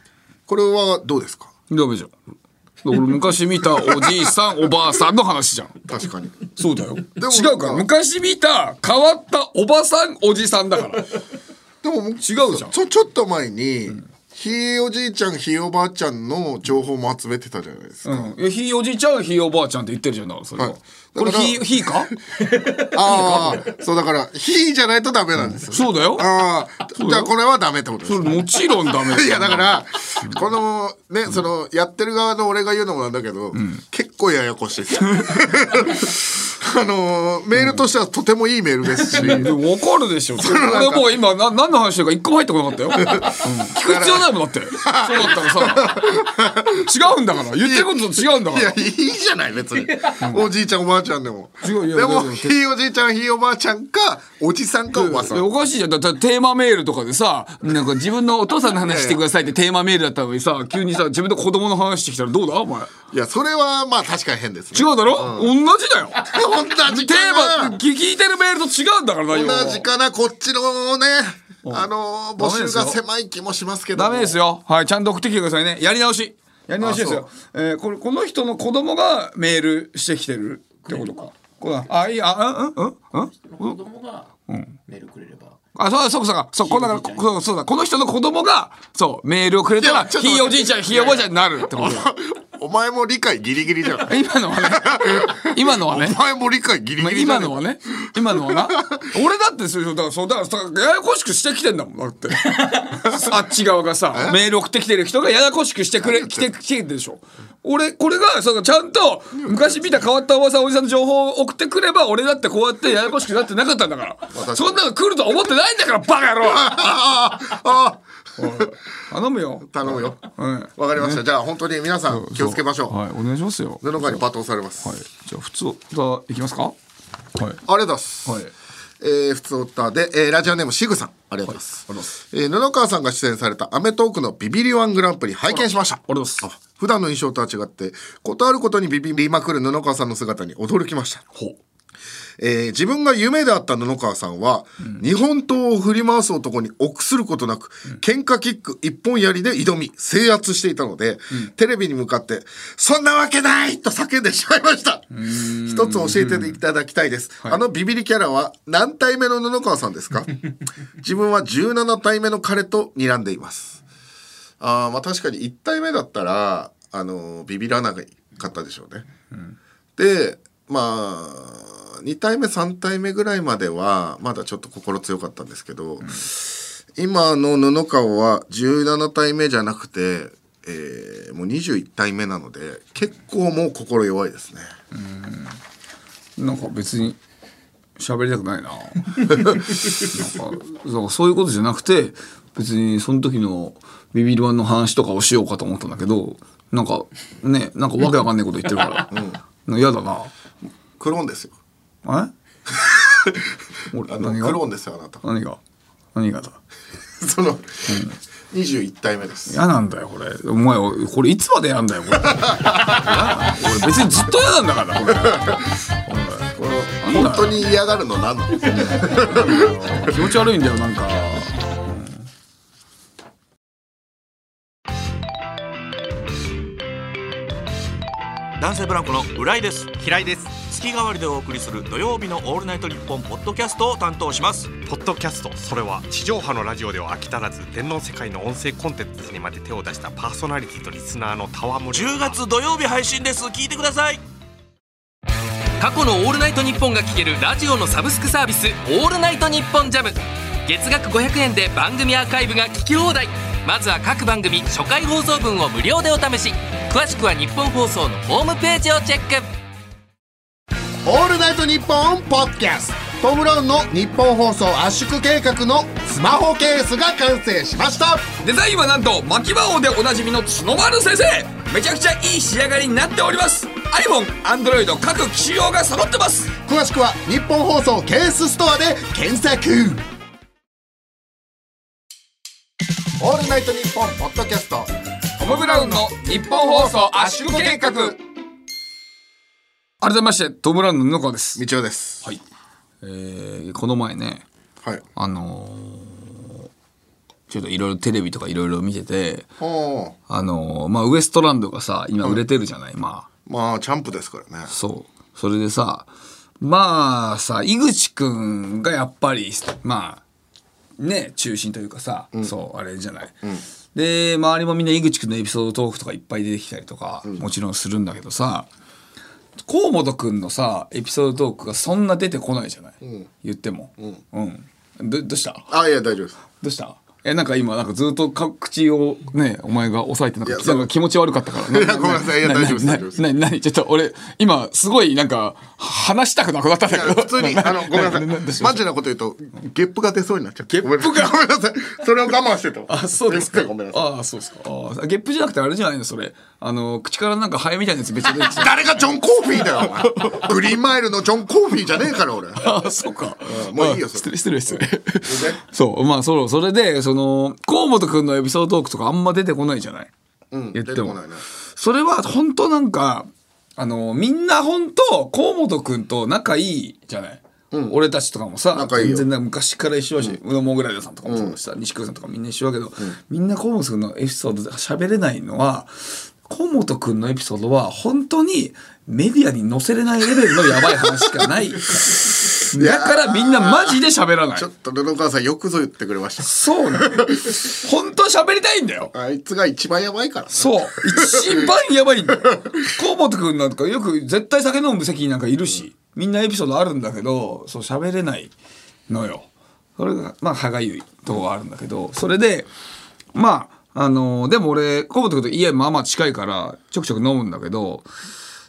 [SPEAKER 2] これはどうですか
[SPEAKER 3] ダメじゃん俺昔見たおじいさんおばあさんの話じゃん
[SPEAKER 2] 確かに
[SPEAKER 3] そうだよ。
[SPEAKER 2] も
[SPEAKER 3] 違うから。昔見た変わったおばさんおじさんだから。
[SPEAKER 2] でも違う
[SPEAKER 3] じゃん
[SPEAKER 2] ちょちょっと前に、ひいおじいちゃんひいおばあちゃんの情報も集めてたじゃないです
[SPEAKER 3] う
[SPEAKER 2] か、
[SPEAKER 3] んいや、ひいおじいちゃんひいおばあちゃんって言ってるじゃんだからそれは、
[SPEAKER 2] はい
[SPEAKER 3] これ
[SPEAKER 2] だから
[SPEAKER 3] ひいひいか
[SPEAKER 2] ああそうだからひいじゃないとダメなんですよ、
[SPEAKER 3] そうだよ
[SPEAKER 2] ああじゃあこれはダメってことです
[SPEAKER 3] それもちろんダメだよ
[SPEAKER 2] いやだからこのねそのやってる側の俺が言うのもなんだけど、結構ややこしいです あのーメールとしてはとてもいいメールですし
[SPEAKER 3] でも分かるでしょ。俺もう今な何の話してるか一個も入ってこなか ったよ。うん聞く必要ないもんだって。そうだったらさ、違うんだから。言ってることと違うんだか
[SPEAKER 2] いや
[SPEAKER 3] ら。
[SPEAKER 2] いいじゃない別におじいちゃんおばあちゃんでも
[SPEAKER 3] 違うい
[SPEAKER 2] で
[SPEAKER 3] やいやい
[SPEAKER 2] も
[SPEAKER 3] や
[SPEAKER 2] ひいおじいちゃんひいおばあちゃんかおじさんかおばさん
[SPEAKER 3] おかしいじゃん。だだテーマメールとかでさ、なんか自分のお父さんの話してくださいってテーマメールだったのにさ、急にさ、自分の子供の話してきたらどうだお前。
[SPEAKER 2] いやそれはまあ確かに変ですね
[SPEAKER 3] 違うだろ、同じだよ。
[SPEAKER 2] 同じ
[SPEAKER 3] テー
[SPEAKER 2] か
[SPEAKER 3] マ、
[SPEAKER 2] な
[SPEAKER 3] 聞聞いてるメールと違うんだから内容は
[SPEAKER 2] 同じかなこっちのねあのー募
[SPEAKER 3] ダメで
[SPEAKER 2] 集
[SPEAKER 3] すよ
[SPEAKER 2] が狭い気もしますけど
[SPEAKER 3] ダメです
[SPEAKER 2] よ
[SPEAKER 3] よ。はい、ちゃんと送ってきてくださいね。やり直し。やり直しですよ。えーこれ、この人の子供がメールしてきてるってことか。これあ、いい、あ、うん、うん、うん、うん。
[SPEAKER 4] 子供がメールくれれば、
[SPEAKER 3] あ、そうだ、そうかそうか、そう、こんなから、こそうだ、この人の子供が、そう、メールをくれた
[SPEAKER 2] い
[SPEAKER 3] ら、
[SPEAKER 2] やちょっと
[SPEAKER 3] ひいおじいちゃん、ひいおばあちゃんになるってこと だよ。
[SPEAKER 2] お前も理解ギリギリじゃん
[SPEAKER 3] 今のはね、今のはね
[SPEAKER 2] お。前も理解ギリ
[SPEAKER 3] ま
[SPEAKER 2] ギリ
[SPEAKER 3] あ
[SPEAKER 2] じ
[SPEAKER 3] 今
[SPEAKER 2] ゃねえ
[SPEAKER 3] のはね今のは な俺だってそうだからそうだからややこしくしてきてんだもんだって あっち側がさメール送ってきてる人がややこしくしてくれ来てきてるでしょ俺これがそのちゃんと昔見た変わったおばさんおじさんの情報を送ってくれば俺だってこうやってややこしくなってなかったんだからそんなの来るとは思ってないんだからバカ野郎
[SPEAKER 2] あああ
[SPEAKER 3] 頼むよ
[SPEAKER 2] あ頼むよ
[SPEAKER 3] うん
[SPEAKER 2] わかりましたじゃあ本当に皆さん気をつけましょう
[SPEAKER 3] はいお願いしますよ
[SPEAKER 2] 布川に罵倒されます
[SPEAKER 3] はいじゃあ普通は行きますかはい
[SPEAKER 2] あ
[SPEAKER 3] はい
[SPEAKER 2] りがとうございます。
[SPEAKER 3] はい
[SPEAKER 2] えー、普通オタで、えー、ラジオネームシグさんありがとうございます、えー布川さんが出演された『アメトーーク』のビビリワングランプリ拝見しました
[SPEAKER 3] ありがとうございます
[SPEAKER 2] あ普段の印象とは違ってことあることにビビりまくる布川さんの姿に驚きましたえー自分が夢であった布川さんは、日本刀を振り回す男に臆することなく、喧嘩キック一本槍で挑み制圧していたので、テレビに向かって「そんなわけない!」と叫んでしまいました一つ教えていただきたいです、あのビビリキャラは何体目の布川さん ですか自分は17体目の彼と睨んでいますあーまあ確かに1体目だったら、あのービビらなかったでしょうね。でまあ2体目3体目ぐらいまではまだちょっと心強かったんですけど、今の布川は17体目じゃなくて、えーもう21体目なので結構もう心弱いですね。
[SPEAKER 3] なんか別に喋りたくない ななんかそうそういうことじゃなくて別にその時のビビるワンの話とかをしようかと思ったんだけどなんかねなんかわけわかんないこと言ってるから、なん、嫌だな
[SPEAKER 2] クローンですよ。
[SPEAKER 3] え俺
[SPEAKER 2] あの
[SPEAKER 3] 何
[SPEAKER 2] クロー
[SPEAKER 3] が
[SPEAKER 2] ンですよあなた。
[SPEAKER 3] 何が何がだ
[SPEAKER 2] その、21体目です。
[SPEAKER 3] 嫌なんだよこれお前これいつまでやんだよ これ嫌なの俺別にずっと嫌なんだからこれ
[SPEAKER 2] この本当に嫌がるの何なの
[SPEAKER 3] 気持ち悪いんだよなんか。
[SPEAKER 5] 男性ブランコの浦井です
[SPEAKER 6] 平井です
[SPEAKER 5] 月替わりでお送りする土曜日の「オールナイトニッポン」ポッドキャストを担当します
[SPEAKER 6] ポッドキャストそれは地上波のラジオでは飽き足らず電脳世界の音声コンテンツにまで手を出したパーソナリティとリスナーの戯れ
[SPEAKER 5] 10月土曜日配信です聞いてください
[SPEAKER 7] 過去の「オールナイトニッポン」が聴けるラジオのサブスクサービス「オールナイトニッポンジャム月額500円で番組アーカイブが聞き放題まずは各番組初回放送分を無料でお試し詳しくは日本放送のホームページをチェック
[SPEAKER 2] オールナイトニッポンポッドキャストトム・ブラウンの日本放送圧縮計画のスマホケースが完成しました
[SPEAKER 3] デザインはなんと牧場王でおなじみの角丸先生めちゃくちゃいい仕上がりになっております iPhone、Android 各機種用が揃ってます
[SPEAKER 2] 詳しくは日本放送ケースストアで検索オールナイトニッポンポッドキャスト
[SPEAKER 3] トム・ブラウンの日本放送圧縮計画改めましてトム・ブラウンの布川です、
[SPEAKER 2] 道夫です
[SPEAKER 3] はいえー、この前ね
[SPEAKER 2] はい
[SPEAKER 3] あのーちょっといろいろテレビとかいろいろ見てて
[SPEAKER 2] おー
[SPEAKER 3] あのーまあウエストランドがさ今売れてるじゃない、まあ
[SPEAKER 2] まあチャンプですからね
[SPEAKER 3] そう。それでさ、まあさ、井口くんがやっぱり、まあ、ね、中心というかさ、そう、あれじゃない。で周りもみんな井口くんのエピソードトークとかいっぱい出てきたりとか、もちろんするんだけどさ河本くんのさエピソードトークがそんな出てこないじゃない、言ってもうん、どどうした
[SPEAKER 2] あいや大丈夫です
[SPEAKER 3] どうしたえなんか今なんかずっとか口をねお前が押さえてなんかなんか気持ち悪かったからね。
[SPEAKER 2] いや ごめんなさいいや大丈夫です大丈夫です
[SPEAKER 3] ななななちょっと俺今すごいなんか話したくなくなったんだけど。
[SPEAKER 2] 普通にあのごめんなさいマジなこと言うとゲップが出そうになっちゃってゲップがごめんなさいそれを我慢してた
[SPEAKER 3] あそうですか。
[SPEAKER 2] ごめんなさい
[SPEAKER 3] あそうですか。あゲップじゃなくてあれじゃないのそれ。あの口からなんかハエみたいなやつ別 に出てきた。
[SPEAKER 2] 誰がジョン・コーフィーだよお前グリーンマイルのジョン・コーフィーじゃねえから俺
[SPEAKER 3] あそうか。
[SPEAKER 2] もういいよ
[SPEAKER 3] あ
[SPEAKER 2] それ
[SPEAKER 3] 失礼失礼失礼。 そうまあそうそれでその河本くんのエピソードトークとかあんま出てこないじゃない。
[SPEAKER 2] うん
[SPEAKER 3] 言っ
[SPEAKER 2] 出
[SPEAKER 3] て
[SPEAKER 2] て
[SPEAKER 3] も
[SPEAKER 2] こないね
[SPEAKER 3] それは本当なんかあのみんな本当河本くんと仲いいじゃない、俺たちとかもさ
[SPEAKER 2] 仲いいよ
[SPEAKER 3] 全然なんか昔から一緒だし、宇野モグライダーさんとかもそうだしさ、西久さんとかみんな一緒だけど、みんな河本くんのエピソードで喋れないのは河本くんのエピソードは本当にメディアに載せれないレベルのやばい話しかない だからみんなマジで喋らない
[SPEAKER 2] ちょっと布川さんよくぞ言ってくれました
[SPEAKER 3] そうなの本当は喋りたいんだよ
[SPEAKER 2] あいつが一番やばいからね
[SPEAKER 3] そう一番やばいんだよ河本くんなんかよく絶対酒飲む席になんかいるし、みんなエピソードあるんだけどそう喋れないのよそれがまあ歯がゆいとこはあるんだけどそれでまああのでも俺河本くんと家まあまあ近いからちょくちょく飲むんだけど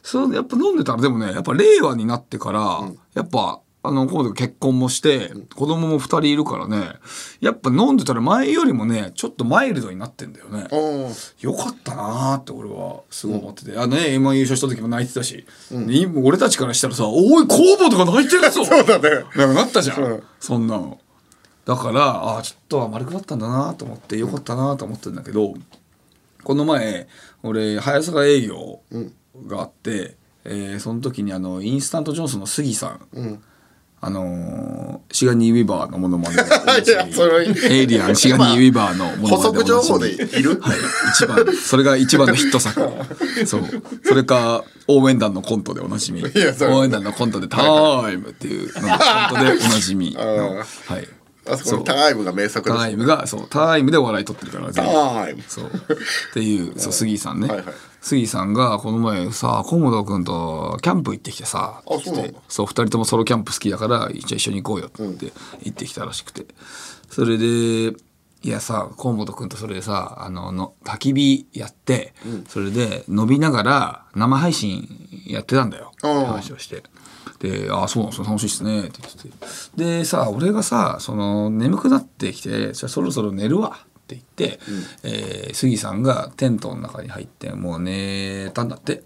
[SPEAKER 3] そうやっぱ飲んでたらでもねやっぱ令和になってから、やっぱあの河本くん結婚もして子供も2人いるからねやっぱ飲んでたら前よりもねちょっとマイルドになってんだよね。
[SPEAKER 2] うん
[SPEAKER 3] よかったなーって俺はすごい思ってて、あのね M−1 優勝した時も泣いてたし、で今俺たちからしたらさ「おい工房とか泣いてるぞ」 そうだねなんかなったじゃん、そんなのだからあーちょっとは丸くなったんだなーと思ってよかったなーと思ってるんだけどこの前俺早坂営業があって、えーその時にあのインスタントジョンソンの杉さん、あのーシガニー・ウィバーのものまね
[SPEAKER 2] いやそれ
[SPEAKER 3] エイリアンシガニー・ウィバーのもの
[SPEAKER 2] 補
[SPEAKER 3] まね
[SPEAKER 2] 足情報でいる
[SPEAKER 3] はい、一番それが一番のヒッ ト作そうそれか応援団のコントでおなじみ
[SPEAKER 2] やそれ
[SPEAKER 3] 応援団のコントで「タイム」っていうののコントでおなじみのはい
[SPEAKER 2] あそこ
[SPEAKER 3] そ
[SPEAKER 2] の
[SPEAKER 3] う
[SPEAKER 2] タイムが名作です
[SPEAKER 3] タイムがそうタイムでお笑い取ってるから全員
[SPEAKER 2] タイム
[SPEAKER 3] そうっていうそう杉井さんね、
[SPEAKER 2] はいはい
[SPEAKER 3] 杉井さんがこの前さ河本君とキャンプ行ってきてさ
[SPEAKER 2] あそうなんだ
[SPEAKER 3] そう2人ともソロキャンプ好きだから一応一緒に行こうよって言って行ってきたらしくて、それでいやさ河本君とそれでさあのの焚き火やって、それで伸びながら生配信やってたんだよ
[SPEAKER 2] ああ
[SPEAKER 3] 話をして。で「ああそうなんですね楽しいっすね」って言っててでさ俺がさその眠くなってきて「じゃあそろそろ寝るわ」って言って、えー杉さんがテントの中に入ってもう寝たんだって。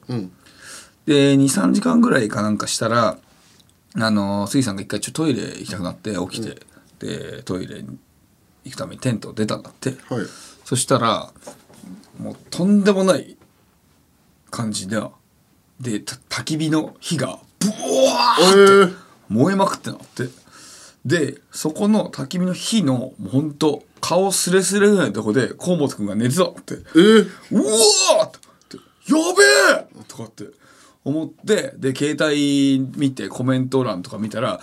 [SPEAKER 3] で23時間ぐらいかなんかしたらあの杉さんが一回ちょっとトイレ行きたくなって起きて、でトイレに行くためにテントを出たんだって、
[SPEAKER 2] はい
[SPEAKER 3] そしたらもうとんでもない感じででた焚き火の火がブワ
[SPEAKER 2] え
[SPEAKER 3] ー
[SPEAKER 2] ー
[SPEAKER 3] 燃えまくってなってでそこの焚き火の火のもうほんと顔すれすれぐらいのとこで河本君が寝てたって
[SPEAKER 2] えー
[SPEAKER 3] うわーってやべえとかって思ってで携帯見てコメント欄とか見たら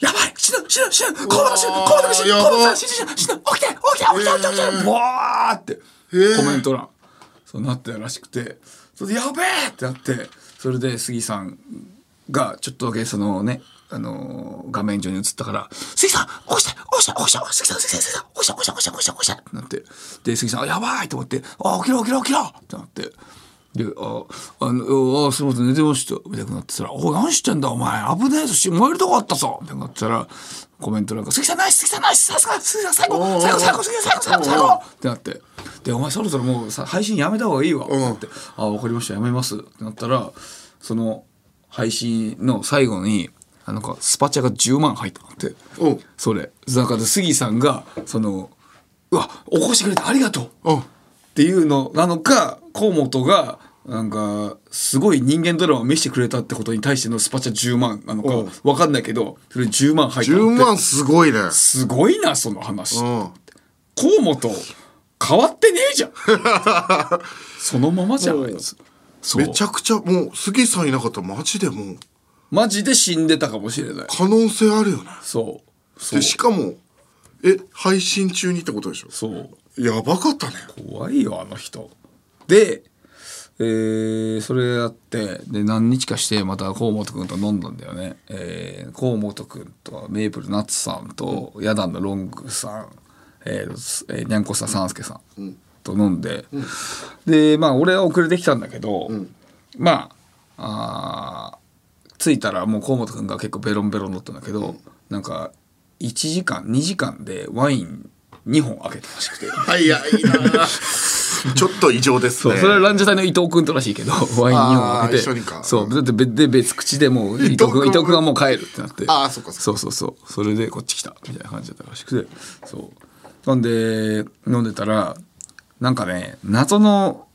[SPEAKER 3] やばい死ぬ死ぬ死ぬコード死ぬコード死ぬ
[SPEAKER 2] うわー
[SPEAKER 3] コー
[SPEAKER 2] や
[SPEAKER 3] ドさ
[SPEAKER 2] ば
[SPEAKER 3] ん死ぬ死ぬ死ぬ起きて起きて起きて起きて起きてわーってコメント欄そうなってたらしくてそれでやべえってなってそれで杉さんがちょっとだけそのねあのー画面上に映ったから「杉さん起きて起きて起きて杉さん杉さん杉さん起きて起きて起きて起きて起きて」ってなってで杉さんあ「やばい!」と思って「あ起きろ起きろ起きろ!」ってなって。で、あ、あの、あ、すみません、寝てました。みたいになってたら、おい、何してんだ、お前。危ねえぞ、し、燃えるとこあったぞ。みたいになってたら、コメントなんか、杉さんナイス、杉さんナイス、さすが、杉さん最後、最後、最後、杉さん最後、最後、最後ってなって。で、お前そろそろもうさ、配信やめた方がいいわ。ってなって、あ、わかりました、やめます。ってなったら、その、配信の最後に、あなんか、スパチャが10万入ったのって。
[SPEAKER 2] うん
[SPEAKER 3] それ。だから、杉さんが、その、うわ、起こしてくれてありがとう。っていうのなのか河本がなんかすごい人間ドラマを見せてくれたってことに対してのスパチャ10万なのかわかんないけどそれ10万入ったの
[SPEAKER 2] 10
[SPEAKER 3] って
[SPEAKER 2] 万すごいね
[SPEAKER 3] すごいなその話
[SPEAKER 2] うん
[SPEAKER 3] 河本変わってねえ じゃんそのままじゃんあいつそう
[SPEAKER 2] めちゃくちゃもう杉さんいなかったらマジでもう
[SPEAKER 3] マジで死んでたかもしれない
[SPEAKER 2] 可能性あるよね
[SPEAKER 3] そうそう
[SPEAKER 2] でしかもえ配信中にってことでしょ
[SPEAKER 3] そう
[SPEAKER 2] やばかったね
[SPEAKER 3] 怖いよあの人で、えーそれやってで何日かしてまた河本君と飲んだんだよね、えー、河本君とメープルナッツさんとヤダンのロングさん、えーすえー、にゃんこさん三助さんと飲んで、でまあ俺は遅れてきたんだけど、まああー着いたらもう河本君が結構ベロンベロンだったんだけど、なんか1時間2時間でワイン2本開けてほしくて。
[SPEAKER 2] 早 いなちょっと異常です
[SPEAKER 3] そう、
[SPEAKER 2] ね
[SPEAKER 3] それはランジャタイの伊藤君とらし いけど、ワイン2本開けて。
[SPEAKER 2] 一緒にか
[SPEAKER 3] そう、だって別で別口でもう伊
[SPEAKER 2] 藤君
[SPEAKER 3] 藤君、伊藤君はもう帰るってなって。
[SPEAKER 2] あーそっか
[SPEAKER 3] そ
[SPEAKER 2] そう
[SPEAKER 3] そうそう。それでこっち来たみたいな感じだったらしくて。そう。なんで、飲んでたら、なんかね、謎の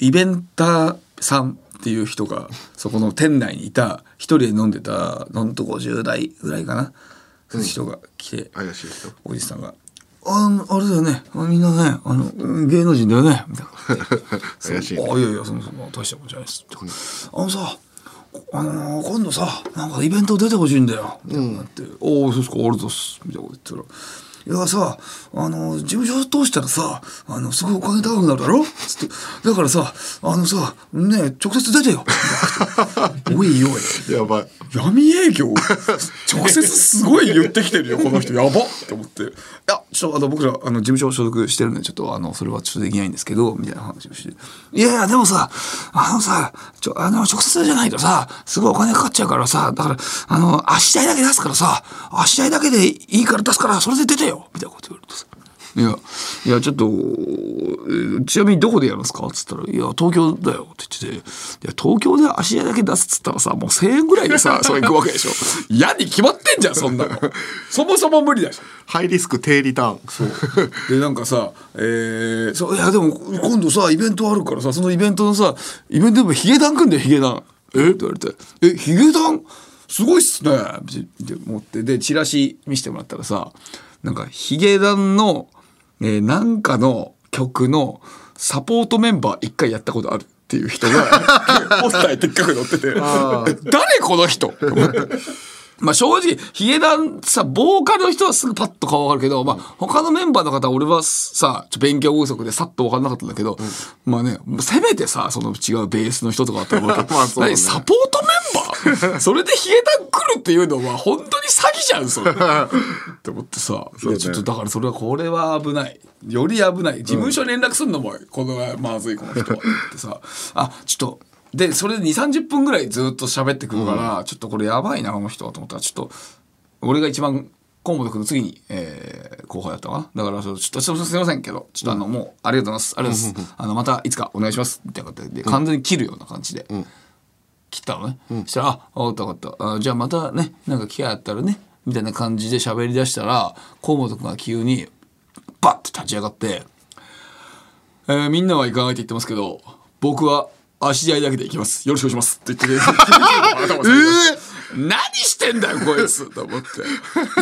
[SPEAKER 3] イベンターさんっていう人が、そこの店内にいた、一人で飲んでた、なんと50代ぐらいかな、人が来て。
[SPEAKER 2] 怪しい人
[SPEAKER 3] おじさんが「あのあれだよねあみんなねあのうん芸能人だよ ね」みたいなそう
[SPEAKER 2] 怪しいね
[SPEAKER 3] あいやいやそのその大したことじゃないです」あのさあのー今度さなんかイベント出てほしいんだよ」みたいになって「おおそうですかありがとうございます」みたいなこと言ったら。いやさあの事務所を通したらさあのすごいお金高くなるだろつってだからさあのさね直接出てよ おいおい
[SPEAKER 2] やばい
[SPEAKER 3] 闇営業直接すごい言ってきてるよこの人やばっと思って「いやちょっとあの僕らあの事務所所属してるんでちょっとあのそれはちょっとできないんですけど」みたいな話をして「いやいやでもさあのさちょあの直接じゃないとさすごいお金かかっちゃうからさだからあの足代だけ出すからさ足代だけでいいから出すからそれで出てよ」みたいなこと言われてさ。いや、いや、ちょっと、えーちなみにどこでやるんですかっつったら、いや、東京だよって言ってて、いや、東京で足屋だけ出すっつったらさ、もう1000円ぐらいでさ、それ行くわけでしょ。嫌に決まってんじゃん、そんなの。そもそも無理だし。
[SPEAKER 2] ハイリスク低リターン
[SPEAKER 3] で、なんかさ、えー、そう、いや、でも、今度さ、イベントあるからさ、そのイベントのさ、イベントでもヒゲダン組んだよ、ヒゲダン。えって言われて、え、ヒゲダンすごいっすねって思って、で、チラシ見せてもらったらさ、なんか、ヒゲダンの、えーなんかの曲のサポートメンバー一回やったことあるっていう人がポスターにでっかく載ってて誰この人 と思ってまあ正直ヒゲダンさボーカルの人はすぐパッと顔わかるけど、まあ、他のメンバーの方は俺はさちょっと勉強不足でさっと分かんなかったんだけど、まあねせめてさその違うベースの人とかだったらわかる
[SPEAKER 2] まあそうね
[SPEAKER 3] 何サポートメンバー それでヒゲダン来るっていうのは本当に詐欺じゃんそれ って思ってさ、いやちょっとだからそれはこれは危ないより危ない事務所に連絡するのもこのまずいこの人はってさあちょっとでそれで2 3 0分ぐらいずっと喋ってくるから、ちょっとこれやばいなこの人はと思ったらちょっと俺が一番河本君の次に、えー後輩だったかなだからそうちょっとちょっとすいませんけどちょっとあの、もうありがとうございますありがとうございますあのまたいつかお願いしますみたいな感じで完全に切るような感じで。切ったのね、そしたら「あ分かった分かったあじゃあまたねなんか機会あったらね」みたいな感じで喋りだしたら河本君が急にバッて立ち上がって、えーみんなは行かないと言ってますけど僕は足合いだけで行きますよろしくお願いします」って 言ってて何してんだよこいつと思って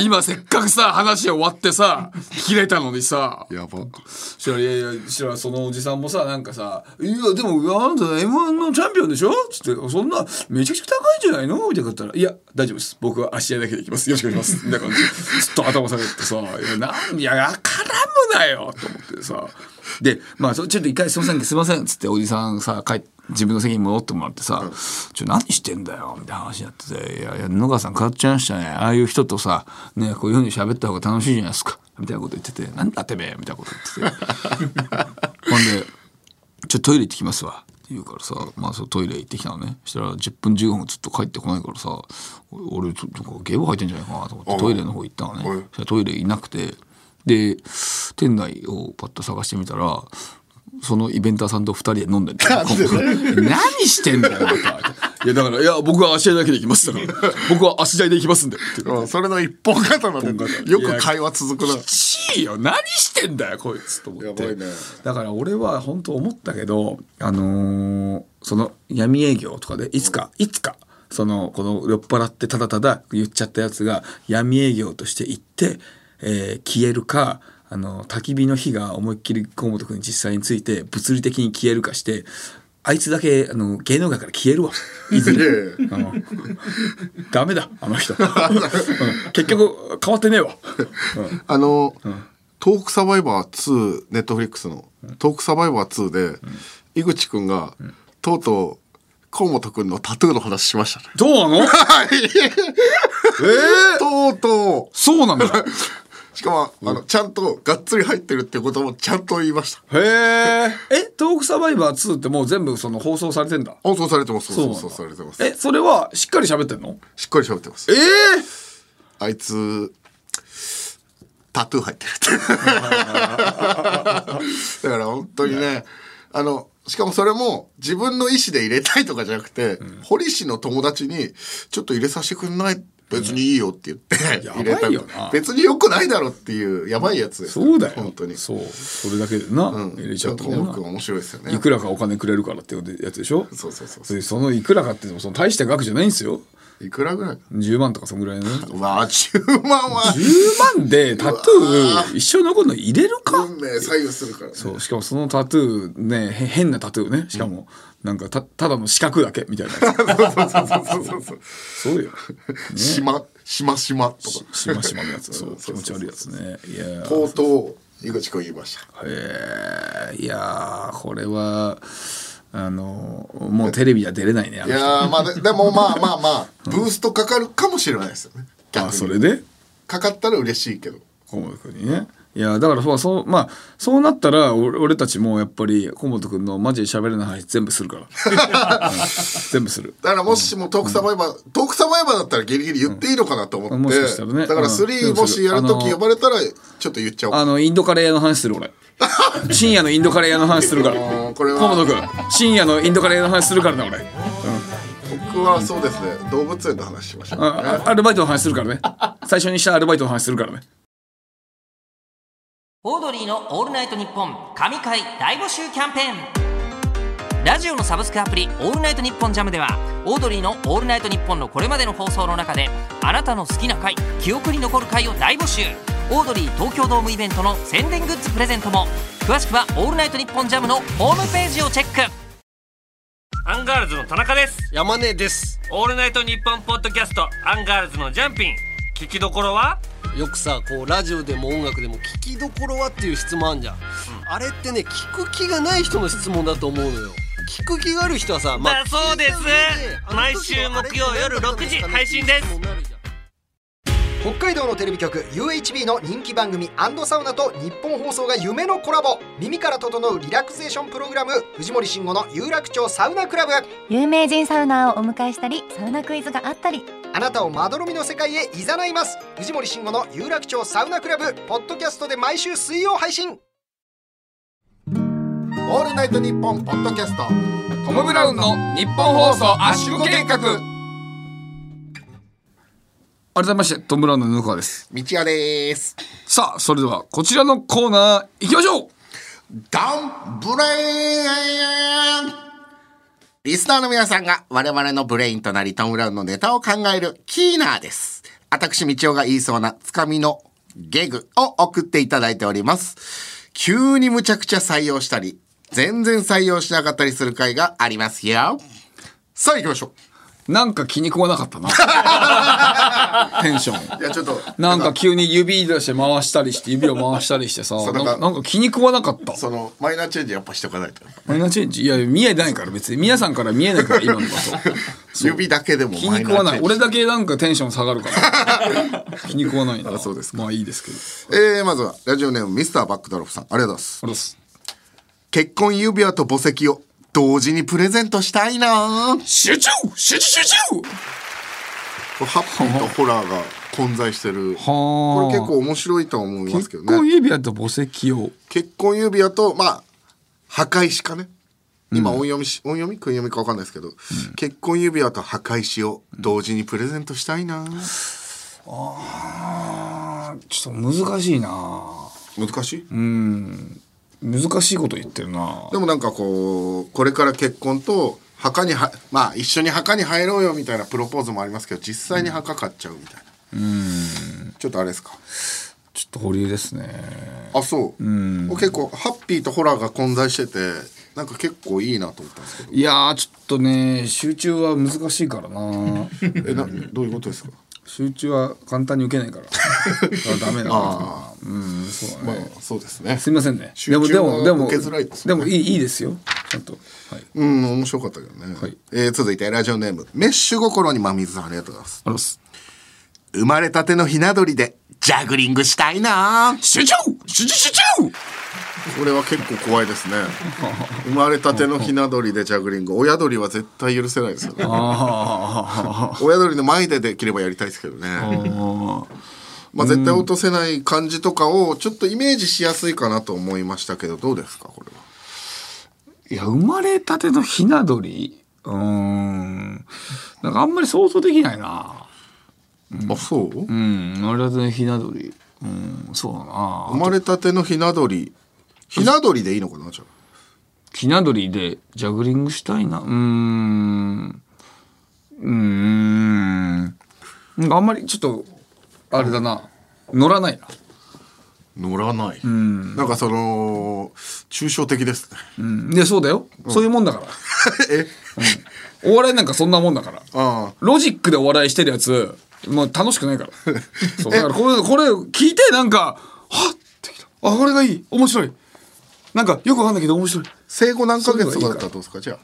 [SPEAKER 3] 今せっかくさ話終わってさ切れたのにさ
[SPEAKER 2] やば
[SPEAKER 3] したらいやいやしたらそのおじさんもさなんかさ「いやでもあなた m 1のチャンピオンでしょ?」つって「そんなめちゃくちゃ高いんじゃないの?」みたいなこと言ったら「いや大丈夫です僕は足合いだけでいきますよろしくお願いします」みたいな感じでずっと頭下げてさ「いやなんいや絡むなよ」と思ってさでまあそちょっと一回「すいませんすいません」つっておじさんさ帰って。自分の席に戻ってもらってさ「ちょ何してんだよ」みたいな話になってて「いやいや野川さん変わっちゃいましたねああいう人とさ、ね、こういうふうに喋った方が楽しいじゃないですか」みたいなこと言ってて「なんだてめえ」みたいなこと言っててほんで「ちょトイレ行ってきますわ」って言うからさ、まあ、そうトイレ行ってきたのねそしたら10分15分ずっと帰ってこないからさお俺ちょっとゲーム入ってんじゃないかなと思ってトイレの方行ったのねそしたらトイレいなくてで店内をパッと探してみたらそのイベンターさんと2人で飲んでる 何してんだよあんたいやだからいや僕は足代だけで行きますだから僕は足代で行きますんでって
[SPEAKER 2] うんそれの一本刀でよく会話続くな
[SPEAKER 3] ちいよ何してんだよこいつと思って
[SPEAKER 2] やばいね
[SPEAKER 3] だから俺は本当思ったけどあのーその闇営業とかでいつかいつかそのこの酔っ払ってただただ言っちゃったやつが闇営業として行って、えー消えるかあの焚き火の火が思いっきり河本君に実際について物理的に消えるかしてあいつだけあの芸能界から消えるわいずれ。うん ダメだあの人、うん結局変わってねえわ
[SPEAKER 2] あの、トークサバイバー2ネットフリックスのトークサバイバー2で、井口くんが、とうとう河本くんのタトゥーの話しましたね
[SPEAKER 3] どうな の
[SPEAKER 2] とうと
[SPEAKER 3] そうなんだ。
[SPEAKER 2] うしかも、あのちゃんとがっつり入ってるっていうこともちゃんと言いました
[SPEAKER 3] へえ。え、トークサバイバー2ってもう全部その放送されてんだ。
[SPEAKER 2] 放送されてます放
[SPEAKER 3] なんだ
[SPEAKER 2] 送されてます
[SPEAKER 3] え、それはしっかり喋ってんの
[SPEAKER 2] しっかり喋ってます
[SPEAKER 3] ええ
[SPEAKER 2] あいつタトゥー入って るってだから本当にねあのしかもそれも自分の意思で入れたいとかじゃなくて、堀氏の友達に「ちょっと入れさせてくんない別にいいよ」って言って、
[SPEAKER 3] やば
[SPEAKER 2] 入
[SPEAKER 3] い
[SPEAKER 2] れ
[SPEAKER 3] よな
[SPEAKER 2] た別によくないだろっていうやばいやつです、
[SPEAKER 3] そうだよ。
[SPEAKER 2] 本当に
[SPEAKER 3] そう。それだけでな、入れちゃうと
[SPEAKER 2] 本
[SPEAKER 3] な
[SPEAKER 2] 君面白いですよね
[SPEAKER 3] いくらかお金くれるからってやつでしょ
[SPEAKER 2] そうそうそう
[SPEAKER 3] それそのいくらかってその大した額じゃないんですよ
[SPEAKER 2] いくらぐらい
[SPEAKER 3] 10万とかそんぐらいの10
[SPEAKER 2] うわ10万は
[SPEAKER 3] 万でタトゥー一生残るの入れるか
[SPEAKER 2] 運命左右するからね
[SPEAKER 3] そうしかもそのタトゥーねへ変なタトゥーねしかもなんかたただの四角だけみ たいなや
[SPEAKER 2] そうそうそうそう
[SPEAKER 3] つそうよ
[SPEAKER 2] しましましまとか
[SPEAKER 3] しましまのやつそう気
[SPEAKER 2] そうそうそう
[SPEAKER 3] 持ち悪いやつねいやー
[SPEAKER 2] とうとう井口君言いました
[SPEAKER 3] えーいやーこれはあのもうテレビには出れないねあ
[SPEAKER 2] い
[SPEAKER 3] の人
[SPEAKER 2] やーまあででもまあまあまあブーストかかるかもしれないですよね逆
[SPEAKER 3] あ
[SPEAKER 2] に
[SPEAKER 3] それで
[SPEAKER 2] かかったら嬉しいけど
[SPEAKER 3] 河本君にねいやだからそうそうまあそうなったら俺俺たちもやっぱり河本君のマジで喋れない話全部するから、うん全部する
[SPEAKER 2] だからもしもトークサバイバー、トークサバイバーだったらギリギリ言っていいのかなと思って、
[SPEAKER 3] うんもしかしたらね
[SPEAKER 2] だから
[SPEAKER 3] う
[SPEAKER 2] 3
[SPEAKER 3] ん
[SPEAKER 2] もしやると
[SPEAKER 3] あ
[SPEAKER 2] き
[SPEAKER 3] の
[SPEAKER 2] 呼ばれたらちょっと言っちゃおう
[SPEAKER 3] あのインドカレー屋の話する俺深夜のインドカレー屋の話するから
[SPEAKER 2] あーこれは
[SPEAKER 3] 河本君深夜のインドカレー屋の話するからな俺
[SPEAKER 2] 僕はそうですね動物園の話しました
[SPEAKER 3] ああアルバイトの話するからね最初にしたアルバイトの話するからね
[SPEAKER 7] オードリーの「オールナイトニッポン」神回大募集キャンペーンラジオのサブスクアプリ「オールナイトニッポンジャムではオードリーの「オールナイトニッポン」のこれまでの放送の中であなたの好きな回記憶に残る回を大募集オードリー東京ドームイベントの宣伝グッズプレゼントも詳しくは「オールナイトニッポンジャムのホームページをチェック
[SPEAKER 8] アンガールズの田中です
[SPEAKER 9] 山根です
[SPEAKER 8] オールナイトニッポンポッドキャストアンガールズのジャンピン聞きどころは
[SPEAKER 9] よくさこうラジオでも音楽でも聞きどころはっていう質問あんじゃん、あれってね聞く気がない人の質問だと思うのよ聞く気がある人はさ、
[SPEAKER 8] だそうです毎週木曜夜6時配信です
[SPEAKER 10] 北海道のテレビ局 UHB の人気番組サウナと日本放送が夢のコラボ耳から整うリラクゼーションプログラム藤森慎吾の有楽町サウナクラブ
[SPEAKER 11] 有名人サウナーをお迎えしたりサウナクイズがあったり
[SPEAKER 10] あなたをまどろみの世界へいざないます藤森慎吾の有楽町サウナクラブポッドキャストで毎週水曜配信
[SPEAKER 2] オールナイトニッポンポッドキャスト
[SPEAKER 3] トム・ブラウンの日本放送圧縮計画改めましてトム・ブラウンの布川です
[SPEAKER 2] 道也です
[SPEAKER 3] さあそれではこちらのコーナーいきましょう
[SPEAKER 2] ダンブレインリスナーの皆さんが我々のブレインとなりトム・ブラウンのネタを考えるキーナーです。私、道夫が言いそうなつかみのゲグを送っていただいております。急にむちゃくちゃ採用したり、全然採用しなかったりする回がありますよ。さあ行きましょ
[SPEAKER 3] なんか気に食わなかった なテンショ
[SPEAKER 2] う。いや、ちょっと、
[SPEAKER 3] ンなんか急に指出して回したりして指を回したりしてさ
[SPEAKER 2] そ
[SPEAKER 3] な
[SPEAKER 2] うんなんか
[SPEAKER 3] かなんか気に食わなかった
[SPEAKER 2] その、マイナーチェンジやっぱしておかないと。
[SPEAKER 3] マイナーチェンジいや見えないから別に皆さんから見えない から今のこと
[SPEAKER 2] 指だけでも
[SPEAKER 3] 気に食わない俺だけなんかテンション下がるから 気に食わないな
[SPEAKER 2] そうです
[SPEAKER 3] まあいいですけど
[SPEAKER 2] えー、まずは、ラジオネームミスターバックドロップさん。ありがとうございます。
[SPEAKER 3] あれです
[SPEAKER 2] 結婚指輪と墓石を同時にプレゼントしたいなぁ
[SPEAKER 3] 集中集中集中
[SPEAKER 2] ハッピーとホラーが混在してるこれ結構面白いとは思いますけ
[SPEAKER 3] 結
[SPEAKER 2] ど
[SPEAKER 3] 婚
[SPEAKER 2] ね
[SPEAKER 3] 指輪と墓石を
[SPEAKER 2] 結婚指輪とまあ墓石かね今音読みし、音読み訓読みか分かんないですけど、結婚指輪と墓石を同時にプレゼントしたいなぁ
[SPEAKER 3] あーちょっと難しいな
[SPEAKER 2] 難しい、
[SPEAKER 3] 難しいこと言ってるな
[SPEAKER 2] でもなんかこうこれから結婚と墓にはまあ一緒に墓に入ろうよみたいなプロポーズもありますけど実際に墓買っちゃうみたいな、ちょっとあれですか
[SPEAKER 3] ちょっと保留ですね
[SPEAKER 2] あそう、結構ハッピーとホラーが混在しててなんか結構いいなと思ったんですけど
[SPEAKER 3] いやーちょっとね集中は難しいからな
[SPEAKER 2] えなどういうことですか
[SPEAKER 3] 集中は簡単に受けないからダメだ
[SPEAKER 2] あ
[SPEAKER 3] ーうんそうだね、
[SPEAKER 2] まあそうですね
[SPEAKER 3] すいませんね
[SPEAKER 2] 集
[SPEAKER 3] でも
[SPEAKER 2] 中
[SPEAKER 3] で
[SPEAKER 2] が
[SPEAKER 3] もでも
[SPEAKER 2] 受けづらいです
[SPEAKER 3] でもいいいいですよちゃんとはい
[SPEAKER 2] うん面白かったけどね、えー続いてラジオネームメッシュ心にまみずさんありがとうございます生まれたてのひな鳥でジャグリングしたいなシュチューシュチュシュチュこれは結構怖いです ね生まれたてのひな鳥でジャグリング親鳥は絶対許せないですよね
[SPEAKER 3] あ
[SPEAKER 2] 親鳥の前でできればやりたいですけどねまあ絶対落とせない感じとかをちょっとイメージしやすいかなと思いましたけどどうですかこれはい
[SPEAKER 3] や生まれたてのひな鳥うーんなんかあんまり想像できないな、
[SPEAKER 2] あそう
[SPEAKER 3] うん生まれたてのひな鳥うんそうだな
[SPEAKER 2] 生まれたてのひな鳥ひな鳥でいいのかなじゃあ
[SPEAKER 3] ひな鳥でジャグリングしたいなうーんうーんなんかあんまりちょっとあれだな乗らないな
[SPEAKER 2] 乗らない、
[SPEAKER 3] ん
[SPEAKER 2] なんかその抽象的 ですね
[SPEAKER 3] うんいやそうだよ、そういうもんだからえ、うんお笑いなんかそんなもんだから
[SPEAKER 2] あ
[SPEAKER 3] ロジックでお笑いしてるやつもう楽しくないから そうだからこれこれ聞いてなんかはっってきたあこれがいい面白いなんかよくわかんないけど面白い
[SPEAKER 2] 生後何ヶ月とかだったらどうですかじゃあ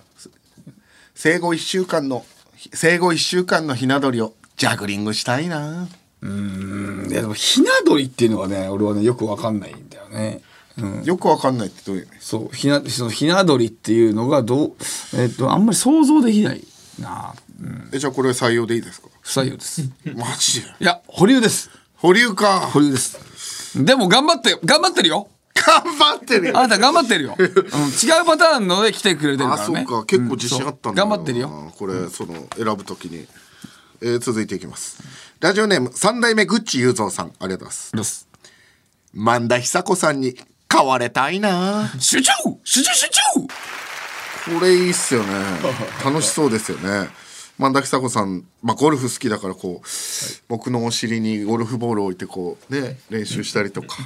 [SPEAKER 2] 生後1週間の生後1週間のひな鳥をジャグリングしたいな
[SPEAKER 3] うんいやでもひな鳥っていうのはね俺はねよくわかんないんだよね、うん、
[SPEAKER 2] よくわかんないってどういう意味
[SPEAKER 3] そうひなそのひな鳥っていうのがどうえっとあんまり想像できないなあ
[SPEAKER 2] えじゃあこれ採用でいいですか
[SPEAKER 3] 不採用ですい
[SPEAKER 2] マジで
[SPEAKER 3] や保留です
[SPEAKER 2] 保留か
[SPEAKER 3] 保留ですでも頑張って頑張ってるよ
[SPEAKER 2] 頑張ってるよ
[SPEAKER 3] あなた頑張ってるよ、うん違うパターンので来てくれてるか
[SPEAKER 2] あ
[SPEAKER 3] ら
[SPEAKER 2] そう
[SPEAKER 3] ね
[SPEAKER 2] か結構自信あったんだ
[SPEAKER 3] うんそう頑張ってる
[SPEAKER 2] よこれその選ぶときに、えー続いていきますラジオネーム三代目グッチ雄三さんありがとうございます
[SPEAKER 3] です
[SPEAKER 2] 萬田久子さんに買われたいな
[SPEAKER 3] 集中集中集中
[SPEAKER 2] これいいっすよ ね楽しそうですよね萬田久子さん、まあ、ゴルフ好きだからこう、僕のお尻にゴルフボールを置いてこうね練習したりとか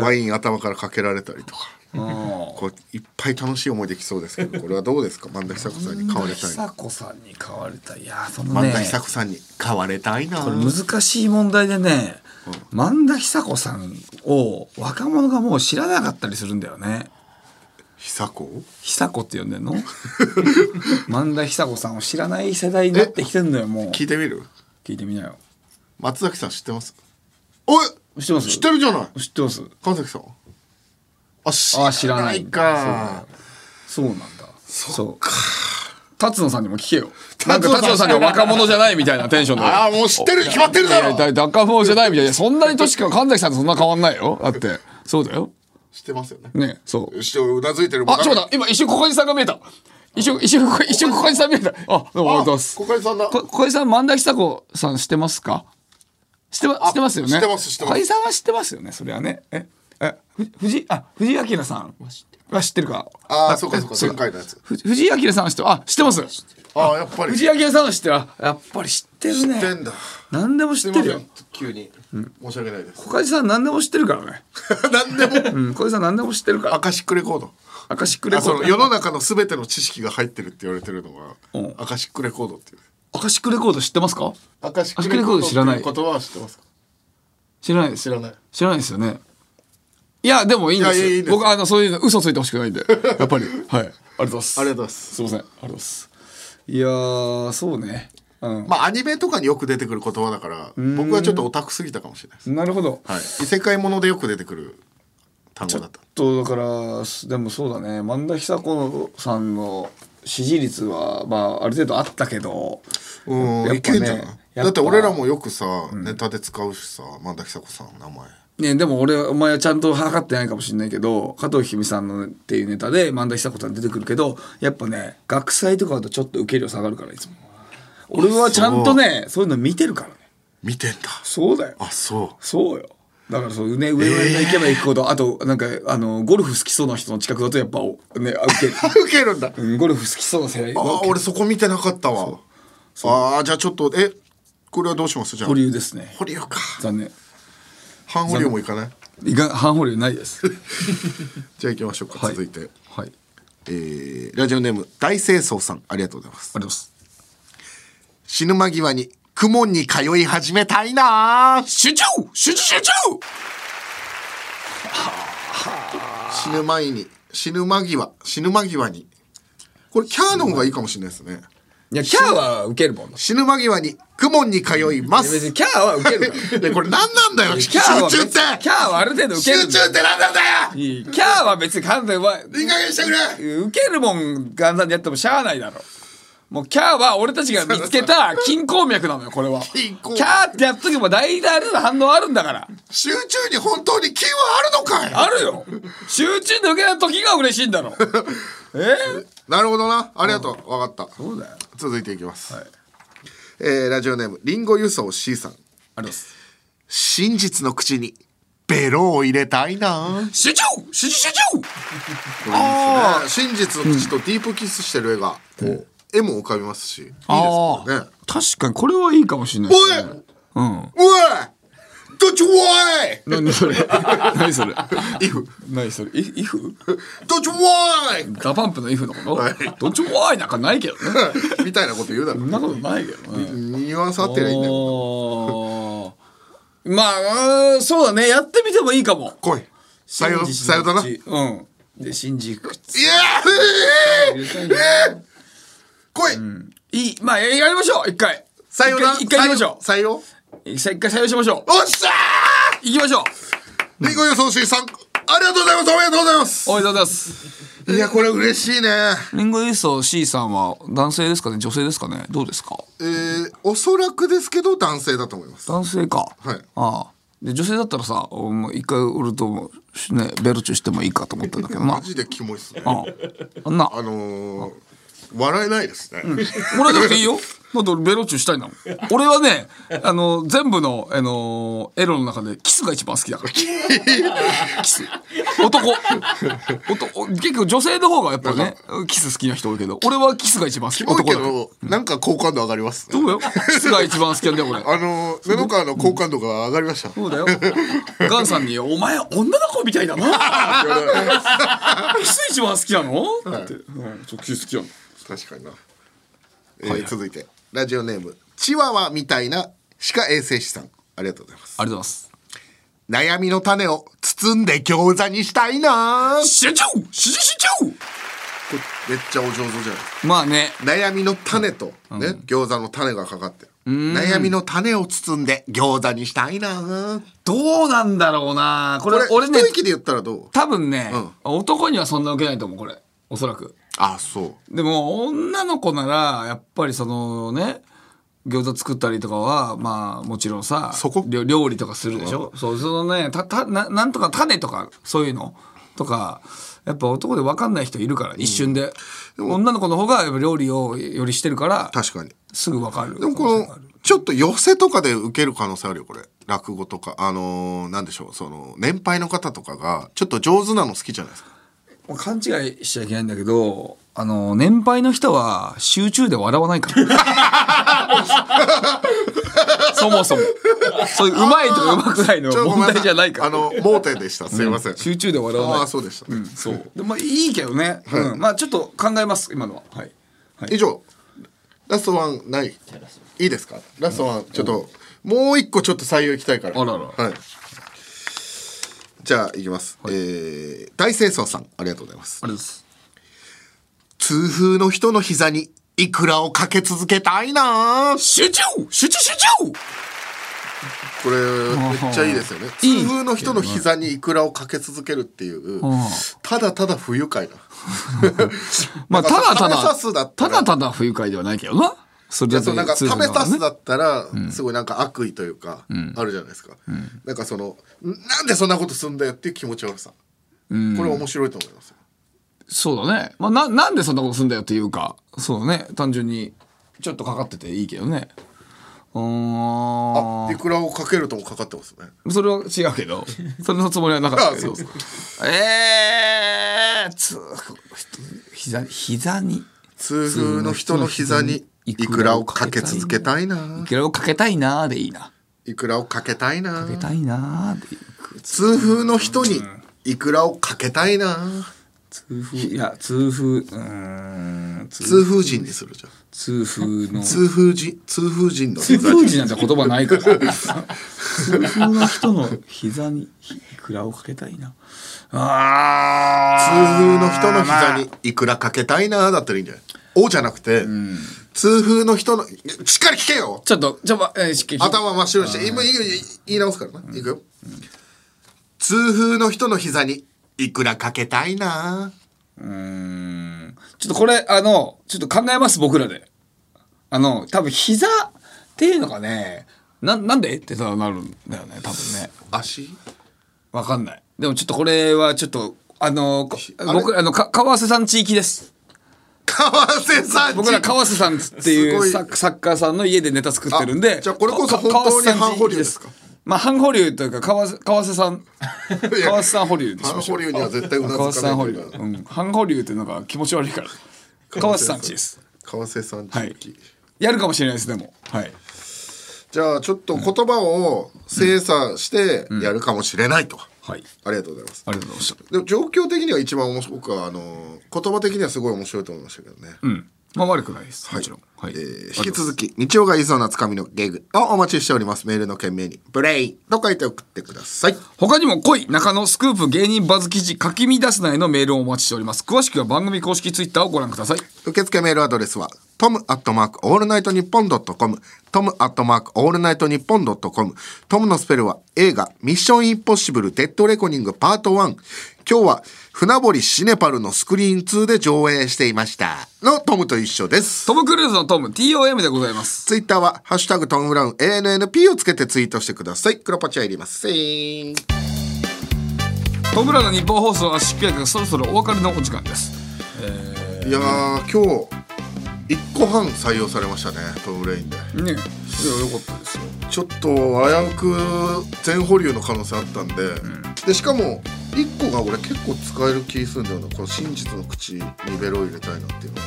[SPEAKER 2] ワイン頭からかけられたりとかこういっぱい楽しい思いできそうですけどこれはどうですか萬田久子さんに買われたいな
[SPEAKER 3] 久子さんに買われたいいやーその
[SPEAKER 2] 萬
[SPEAKER 3] ね
[SPEAKER 2] 田久子さんに買われたいな
[SPEAKER 3] これ難しい問題でね萬田久子さんを若者がもう知らなかったりするんだよね
[SPEAKER 2] 久子
[SPEAKER 3] 久子って呼んで んの萬田久子さんを知らない世代になってきてんのよもう
[SPEAKER 2] 聞いてみる
[SPEAKER 3] 聞いてみなよ
[SPEAKER 2] 松崎さん知ってますおい
[SPEAKER 3] 知ってます
[SPEAKER 2] 知ってるじゃない
[SPEAKER 3] 知ってます
[SPEAKER 2] 神崎さんあ知
[SPEAKER 3] あ知ら
[SPEAKER 2] ら
[SPEAKER 3] な
[SPEAKER 2] ないい
[SPEAKER 3] ん
[SPEAKER 2] か
[SPEAKER 3] だそうなんだそう達野さんにも聞けよなんか達野さんが若者じゃないみたいなテンションで
[SPEAKER 2] ああもう知ってるに決まってるだろ
[SPEAKER 3] いやダカフォーじゃないみたいなそんなに年か神崎さんとそんな変わんないよだってそうだよ
[SPEAKER 2] 知ってますよね
[SPEAKER 3] ねそう
[SPEAKER 2] してうなずいてる
[SPEAKER 3] あちょっと待って今一瞬小梶さんが見えた一瞬一瞬一瞬小梶さん見えたあどうもありがとうございます
[SPEAKER 2] 小梶さんだ
[SPEAKER 3] こ小林さん、萬田久子さん知ってますか知ってま知ってますよね。
[SPEAKER 2] 知ってます知ってます
[SPEAKER 3] 小林さんは知ってますよね、それはね。え、え、ふ藤井、あ、藤井明さんは知ってるか。
[SPEAKER 2] ああそうかそうか
[SPEAKER 3] そう
[SPEAKER 2] 前回のやつ
[SPEAKER 3] ふ藤井明さんは知って、あ、知ってます。
[SPEAKER 2] ああやっぱり
[SPEAKER 3] 藤井明さんは知ってる。あやっぱり知ってるね。
[SPEAKER 2] 知ってんだ
[SPEAKER 3] 何でも知ってるよ。
[SPEAKER 2] 急に申し訳ないです
[SPEAKER 3] 小林さん何でも知ってるから ね。
[SPEAKER 2] 何でも
[SPEAKER 3] うん、小林さん何でも知ってるから。
[SPEAKER 2] アカシックレコード
[SPEAKER 3] アカシックレ
[SPEAKER 2] あ
[SPEAKER 3] コ
[SPEAKER 2] そ
[SPEAKER 3] ー
[SPEAKER 2] の
[SPEAKER 3] ド。
[SPEAKER 2] 世の中の全ての知識が入ってるって言われてるのは
[SPEAKER 3] うん
[SPEAKER 2] アカシックレコードっていう
[SPEAKER 3] アカシックレコード知ってますか
[SPEAKER 2] アカシッ
[SPEAKER 3] ア
[SPEAKER 2] ク
[SPEAKER 3] カシック
[SPEAKER 2] レ
[SPEAKER 3] レ
[SPEAKER 2] コ
[SPEAKER 3] コ
[SPEAKER 2] ー
[SPEAKER 3] ー
[SPEAKER 2] ド
[SPEAKER 3] ド
[SPEAKER 2] って
[SPEAKER 3] 知
[SPEAKER 2] い
[SPEAKER 3] ら
[SPEAKER 2] う
[SPEAKER 3] ない
[SPEAKER 2] 言葉は知ってますか
[SPEAKER 3] 知らないです。
[SPEAKER 2] 知らない
[SPEAKER 3] 知らないですよね。いや、でもいいんです。
[SPEAKER 2] いやいやいいんです
[SPEAKER 3] 僕、あの、そういうの嘘ついてほしくない んで。やっぱり。はい。ありがとうございます。
[SPEAKER 2] ありがとうございます
[SPEAKER 3] すいません。ありがとうございます。いやー、そうね。うん。
[SPEAKER 2] まあアニメとかによく出てくる言葉だから僕はちょっとオタクすぎたかもしれないです
[SPEAKER 3] なるほど。
[SPEAKER 2] はい異世界ものでよく出てくる単語だった
[SPEAKER 3] と、だから、すでもそうだね。萬田久子さんの支持率は、まあ、ある程度あったけど。
[SPEAKER 2] うん、
[SPEAKER 3] やっ
[SPEAKER 2] いけ
[SPEAKER 3] ぱね
[SPEAKER 2] んじゃない
[SPEAKER 3] やっぱ
[SPEAKER 2] だって俺らもよくさ、ネタで使うしさ萬田久子さんの名前
[SPEAKER 3] ね、でも俺お前はちゃんと測ってないかもしれないけど加藤ひみさんのっていうネタで萬田久子さん出てくるけどやっぱね学祭とかだとちょっと受け量下がるからいつも俺はちゃんとねそういうの見てるからね
[SPEAKER 2] 見てんだ
[SPEAKER 3] そうだよ
[SPEAKER 2] あそ
[SPEAKER 3] そうよだからそうね上上に行けば行くほど、あとなんかあのゴルフ好きそうな人の近くだとやっぱおねあ受ける、
[SPEAKER 2] う受けるんだ
[SPEAKER 3] うん、ゴルフ好きそうな世代
[SPEAKER 2] あ
[SPEAKER 3] は
[SPEAKER 2] ー俺そこ見てなかったわああじゃあちょっとえこれはどうしますじゃあ
[SPEAKER 3] 保留ですね
[SPEAKER 2] 保留か
[SPEAKER 3] 残念
[SPEAKER 2] 半保留もいかない
[SPEAKER 3] いか半保留ないです
[SPEAKER 2] じゃあ行きましょうか、
[SPEAKER 3] はい
[SPEAKER 2] 続いて、
[SPEAKER 3] はいありがとう
[SPEAKER 2] えーラジオネーム大清掃さんありがとうございます
[SPEAKER 3] ございます
[SPEAKER 2] 死ぬ間際に「学問に通い始めたいな
[SPEAKER 3] 集中集中集中
[SPEAKER 2] 死ぬ前に死ぬ間際死ぬ間際にこれキャーの方がいいかもしれないですね
[SPEAKER 3] いやキャーはウケるもん
[SPEAKER 2] 死ぬ間際に公文に通います
[SPEAKER 3] 別にキャーはウケるから
[SPEAKER 2] これ何なんだよ集
[SPEAKER 3] キャーは
[SPEAKER 2] 中って
[SPEAKER 3] キャーはある程度ウケる
[SPEAKER 2] 集中って何なんだよ
[SPEAKER 3] いいキャーは別に完全は
[SPEAKER 2] い
[SPEAKER 3] い
[SPEAKER 2] い加減にしてくれ
[SPEAKER 3] ウケるもん簡単にやってもしゃあないだろもうキャーは俺たちが見つけた金鉱脈なのよこれはキ
[SPEAKER 2] 金鉱脈
[SPEAKER 3] ャーってやっとけば大体あるの反応あるんだから
[SPEAKER 2] 集中に本当に金はあるのかい
[SPEAKER 3] あるよ集中抜けた時が嬉しいんだろえ
[SPEAKER 2] なるほどなありがとう、分かった
[SPEAKER 3] そうだよ
[SPEAKER 2] 続いていきます、えーラジオネームリンゴ輸送 C さん
[SPEAKER 3] あります
[SPEAKER 2] 真実の口にベロを入れたいな
[SPEAKER 3] 集中集中集中
[SPEAKER 2] ああ真実の口とディープキスしてる絵がこう絵も浮かびますしいいですよね
[SPEAKER 3] 確かにこれはいいかもしれない
[SPEAKER 2] おい
[SPEAKER 3] うん
[SPEAKER 2] おいどっちおい
[SPEAKER 3] 何それ何それ
[SPEAKER 2] イフ
[SPEAKER 3] 何それイイフ
[SPEAKER 2] どっちおい
[SPEAKER 3] ダパンプのイフのこと、どっちもわいなんかないけどね
[SPEAKER 2] みたいなこと言うだろ
[SPEAKER 3] そんなことないけどね
[SPEAKER 2] ニュアンス合ってりゃいいんだよ
[SPEAKER 3] よ まあうーんそうだねやってみてもいいかも
[SPEAKER 2] 来いさよさよだな
[SPEAKER 3] 真実のうちうんで新宿
[SPEAKER 2] いやーえーえー来い、
[SPEAKER 3] いいまあやりましょう一回
[SPEAKER 2] 採用だ
[SPEAKER 3] 一回一回行きましょ
[SPEAKER 2] 採用採用
[SPEAKER 3] う一回一回採用しましょう
[SPEAKER 2] おっしゃ
[SPEAKER 3] 行きましょう
[SPEAKER 2] ーリンゴ予想士さんありがとうございますおめでとうございます
[SPEAKER 3] おめでとうございます
[SPEAKER 2] いやこれ嬉しいね
[SPEAKER 3] リンゴ輸送 C さんは男性ですかね女性ですかねどうですか
[SPEAKER 2] えー、おそらくですけど男性だと思います
[SPEAKER 3] 男性か、
[SPEAKER 2] はい
[SPEAKER 3] ああで女性だったらさもう一回売るともうねベルチュしてもいいかと思ったんだけどな
[SPEAKER 2] マジでキモいっすね
[SPEAKER 3] あああんな
[SPEAKER 2] あのー、笑えないですね、
[SPEAKER 3] もらえなくていいよだって俺ベロチュしたいんだもん俺はねあの全部の、あのエロの中でキスが一番好きだからキス男男結構女性の方がやっぱねキス好きな人多いけど俺はキスが一番好き
[SPEAKER 2] キモい
[SPEAKER 3] 男
[SPEAKER 2] け
[SPEAKER 3] だから
[SPEAKER 2] どなんか好感度上がります
[SPEAKER 3] そうだよキスが一番好きなんだよ俺
[SPEAKER 2] あのー、布川の好感度が上がりました
[SPEAKER 3] そ うだよ。ガンさんに、お前、女の子みたいだなって言われて。キス一番好きなのって。うん、ちょっとキス好きなの。
[SPEAKER 2] 確かにな、えー続いてラジオネームチワワみたいな歯科衛生士さんありがとうございます
[SPEAKER 3] ありがとうございます。
[SPEAKER 2] 悩みの種を包んで餃子にしたいな
[SPEAKER 3] 集中集中集
[SPEAKER 2] めっちゃお上手じゃない
[SPEAKER 3] 中まあね。
[SPEAKER 2] 悩みの種と、ね餃子の種がかかってる悩みの種を包んで餃子にしたいな
[SPEAKER 3] どうなんだろうな
[SPEAKER 2] こ
[SPEAKER 3] これ
[SPEAKER 2] れ、
[SPEAKER 3] 俺ね
[SPEAKER 2] 一、息で言ったらどう
[SPEAKER 3] 多分ね
[SPEAKER 2] うん、
[SPEAKER 3] 男にはそんな受けないと思う、これ。おそらく。
[SPEAKER 2] あそう
[SPEAKER 3] でも、女の子なら、やっぱりそのね、餃子作ったりとかは、まあ、もちろんさ、
[SPEAKER 2] そこ
[SPEAKER 3] 料料理とかするでしょそう、そのね、た、た、ななんとか種とか、そういうのとか、やっぱ男で分かんない人いるから、一瞬で。女の子の方がやっぱ料理をよりしてるから、
[SPEAKER 2] 確かに
[SPEAKER 3] すぐ分かる。
[SPEAKER 2] でもこのちょっと寄せとかで受ける可能性あるよこれ落語とかあのー、なんでしょうその年配の方とかがちょっと上手なの好きじゃないですか
[SPEAKER 3] もう勘違いしちゃいけないんだけど、あの、年配の人は集中で笑わないから。 そもそも。そういう、うまいとかうまくないの
[SPEAKER 2] ちょっとごめん
[SPEAKER 3] 問題
[SPEAKER 2] さ
[SPEAKER 3] じゃないから。
[SPEAKER 2] あの盲点でしたすいません、
[SPEAKER 3] 集中で笑わない。
[SPEAKER 2] ああそうでした、
[SPEAKER 3] そう。でまあいいけどね。うん。まあちょっと考えます今のは。はい。
[SPEAKER 2] 以上ラストワンないいいですかラストワンちょっともう一個ちょっと採用いきたいから
[SPEAKER 3] あらら
[SPEAKER 2] はいじゃあいきます、えー大清掃さんありがとうございます
[SPEAKER 3] あれです。
[SPEAKER 2] 痛風の人の膝にいくらをかけ続けたいな
[SPEAKER 3] 集中集中集中。
[SPEAKER 2] これめっちゃいいですよね
[SPEAKER 3] いい
[SPEAKER 2] 痛風の人の膝にいくらをかけ続けるっていうただただ不愉快な
[SPEAKER 3] まあただた
[SPEAKER 2] なんか食べさすだ
[SPEAKER 3] だ
[SPEAKER 2] った
[SPEAKER 3] た
[SPEAKER 2] ら
[SPEAKER 3] だただ不愉快ではないけどな。それ
[SPEAKER 2] い
[SPEAKER 3] だ
[SPEAKER 2] や
[SPEAKER 3] と
[SPEAKER 2] そうなんか
[SPEAKER 3] 通
[SPEAKER 2] 食べ
[SPEAKER 3] 販
[SPEAKER 2] さす
[SPEAKER 3] ね
[SPEAKER 2] だったらすごいなんか悪意というかあるじゃないですか、なんかそのなんでそんなことすんだよっていう気持ち悪さ、これ面白いと思います
[SPEAKER 3] そうだね。まあななんでそんなことすんだよっていうか。そうだね。単純にちょっとかかってていいけどね。うー
[SPEAKER 2] あ
[SPEAKER 3] ん。
[SPEAKER 2] いくらをかけるともかかってますね
[SPEAKER 3] それは違うけど、それのつもりはなかったけど。
[SPEAKER 2] あそう
[SPEAKER 3] ええー、つ、膝、膝に。
[SPEAKER 2] 痛風の人の膝にいくらをかけ続けたいない
[SPEAKER 3] くらをかけたいなーでいいな。
[SPEAKER 2] いくらをかけたいな
[SPEAKER 3] かけたいなーでいい。
[SPEAKER 2] 痛風の人にいくらをかけたいな
[SPEAKER 3] 痛風いや痛風うーん
[SPEAKER 2] 痛風人にするじゃん
[SPEAKER 3] 痛風の
[SPEAKER 2] 痛風人痛風人の
[SPEAKER 3] 痛風人なんて言葉ないから痛風の人の膝にひいくらをかけたいなあ
[SPEAKER 2] 痛風の人の膝にいくらかけたいなだったらいいんじゃない「お」じゃなくて、痛風の人のしっかり聞けよ
[SPEAKER 3] ちょっとちょっと、えーし
[SPEAKER 2] 頭真っ白にして今いいよいいよ言い直すからな、いくよ、痛風の人の膝にいくらかけたいな
[SPEAKER 3] ちょっとこれ、あの、ちょっと考えます、僕らで。あの、多分膝っていうのがね、な、なんでってさ、なるんだよね、多分ね。
[SPEAKER 2] 足
[SPEAKER 3] わかんない。でもちょっとこれはちょっと、あの、こ僕、あの、か、川瀬さん地域です。
[SPEAKER 2] 川瀬さん
[SPEAKER 3] 僕ら川瀬さんってい
[SPEAKER 2] す
[SPEAKER 3] う
[SPEAKER 2] ごい
[SPEAKER 3] サッサッカーさんの家でネタ作ってるんで。
[SPEAKER 2] じゃあこれこそ本当に半保留ですか
[SPEAKER 3] かまあ、半保留というか、川瀬、川瀬 さん、川瀬さん保留にしまし
[SPEAKER 2] 半保
[SPEAKER 3] ょう。
[SPEAKER 2] 留には絶対うなずかない
[SPEAKER 3] 川瀬さん保留。うん。半保留っていうのが気持ち悪いから。川瀬さんちです。
[SPEAKER 2] 川瀬さん地域、
[SPEAKER 3] やるかもしれないです、でも。はい。
[SPEAKER 2] じゃあちょっと言葉を精査してやるかもしれないと、
[SPEAKER 3] はい。
[SPEAKER 2] ありがとうございます
[SPEAKER 3] ありがとうございました。
[SPEAKER 2] でも状況的には一番面白くはあの言葉的にはすごい面白いと思いましたけどね、
[SPEAKER 3] うん。まあ悪くないです。もちろん。はい。
[SPEAKER 2] えー引き続き日曜が言いそうなつかみのゲグをお待ちしておりますメールの件名に「ブレイン」と書いて送ってください
[SPEAKER 3] 他にも恋、中野、スクープ、芸人バズ記事、書き乱すなへのメールをお待ちしております。詳しくは番組公式ツイッターをご覧ください。
[SPEAKER 2] 受付メールアドレスはトムアットマークオールナイトニッポンドットコムトムアットマークオールナイトニッポンドットコムトムのスペルは映画「ミッションインポッシブルデッドレコニングパート1」今日は船堀シネパルのスクリーン2で上映していましたのトムと一緒です
[SPEAKER 3] トム・クルーズのトム、TOM でございます。
[SPEAKER 2] ツイッターは「ハッシュタグトムブラウン ANNP」をつけてツイートしてください黒パチはいりません
[SPEAKER 3] トム・ブラウンの日本放送は失脚がそろそろお別れのお時間です。
[SPEAKER 2] いやー今日1個半採用されましたねトム・ブレインで
[SPEAKER 3] ねいや、よかったですよ。
[SPEAKER 2] ちょっと危うく全保留の可能性あったんで、でしかも1個が俺結構使える気するんだよなこの真実の口にベロを入れたいなっていうのが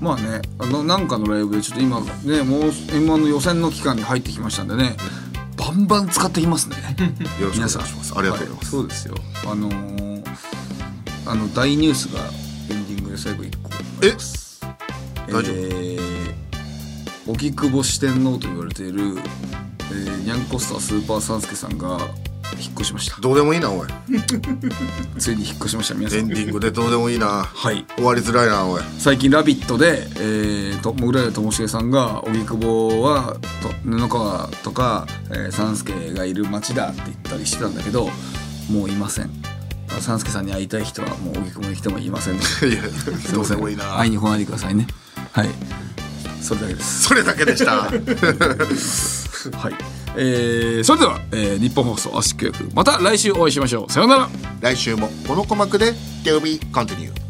[SPEAKER 3] まあね、あの、なんかのライブで、ちょっと今、ね、もう、M1 の予選の期間に入ってきましたんでね、バンバン使ってきますね。
[SPEAKER 2] よろしくお願
[SPEAKER 3] 皆
[SPEAKER 2] いし
[SPEAKER 3] さん
[SPEAKER 2] ますありがとうございます、
[SPEAKER 3] はいそうですよあのー、あの大ニュースがエンディングで最後一個
[SPEAKER 2] え大丈夫
[SPEAKER 3] えー、荻窪四天王と言われている、えー、ニャンコスタースーパーサンスケさんが引っ越しました
[SPEAKER 2] どうでもいいなおい
[SPEAKER 3] ついに引っ越しました皆さ
[SPEAKER 2] エ
[SPEAKER 3] ん
[SPEAKER 2] ンディングでどうでもいいな
[SPEAKER 3] はい
[SPEAKER 2] 終わりづらいなおい
[SPEAKER 3] 最近「ラビットで」えーとモグライダーともしげさんが荻窪はと布川とか、えー、三助がいる町だって言ったりしてたんだけどもういません三助さんに会いたい人はもう荻窪に来てもいませんの で
[SPEAKER 2] いやどうでもいいな
[SPEAKER 3] 会いに来ないでくださいねはいそれだけです
[SPEAKER 2] それだけでした
[SPEAKER 3] はいえー、それでは、えー、日本放送 圧縮役また来週お会いしましょうさようなら
[SPEAKER 2] 来週もこの鼓膜で To be continued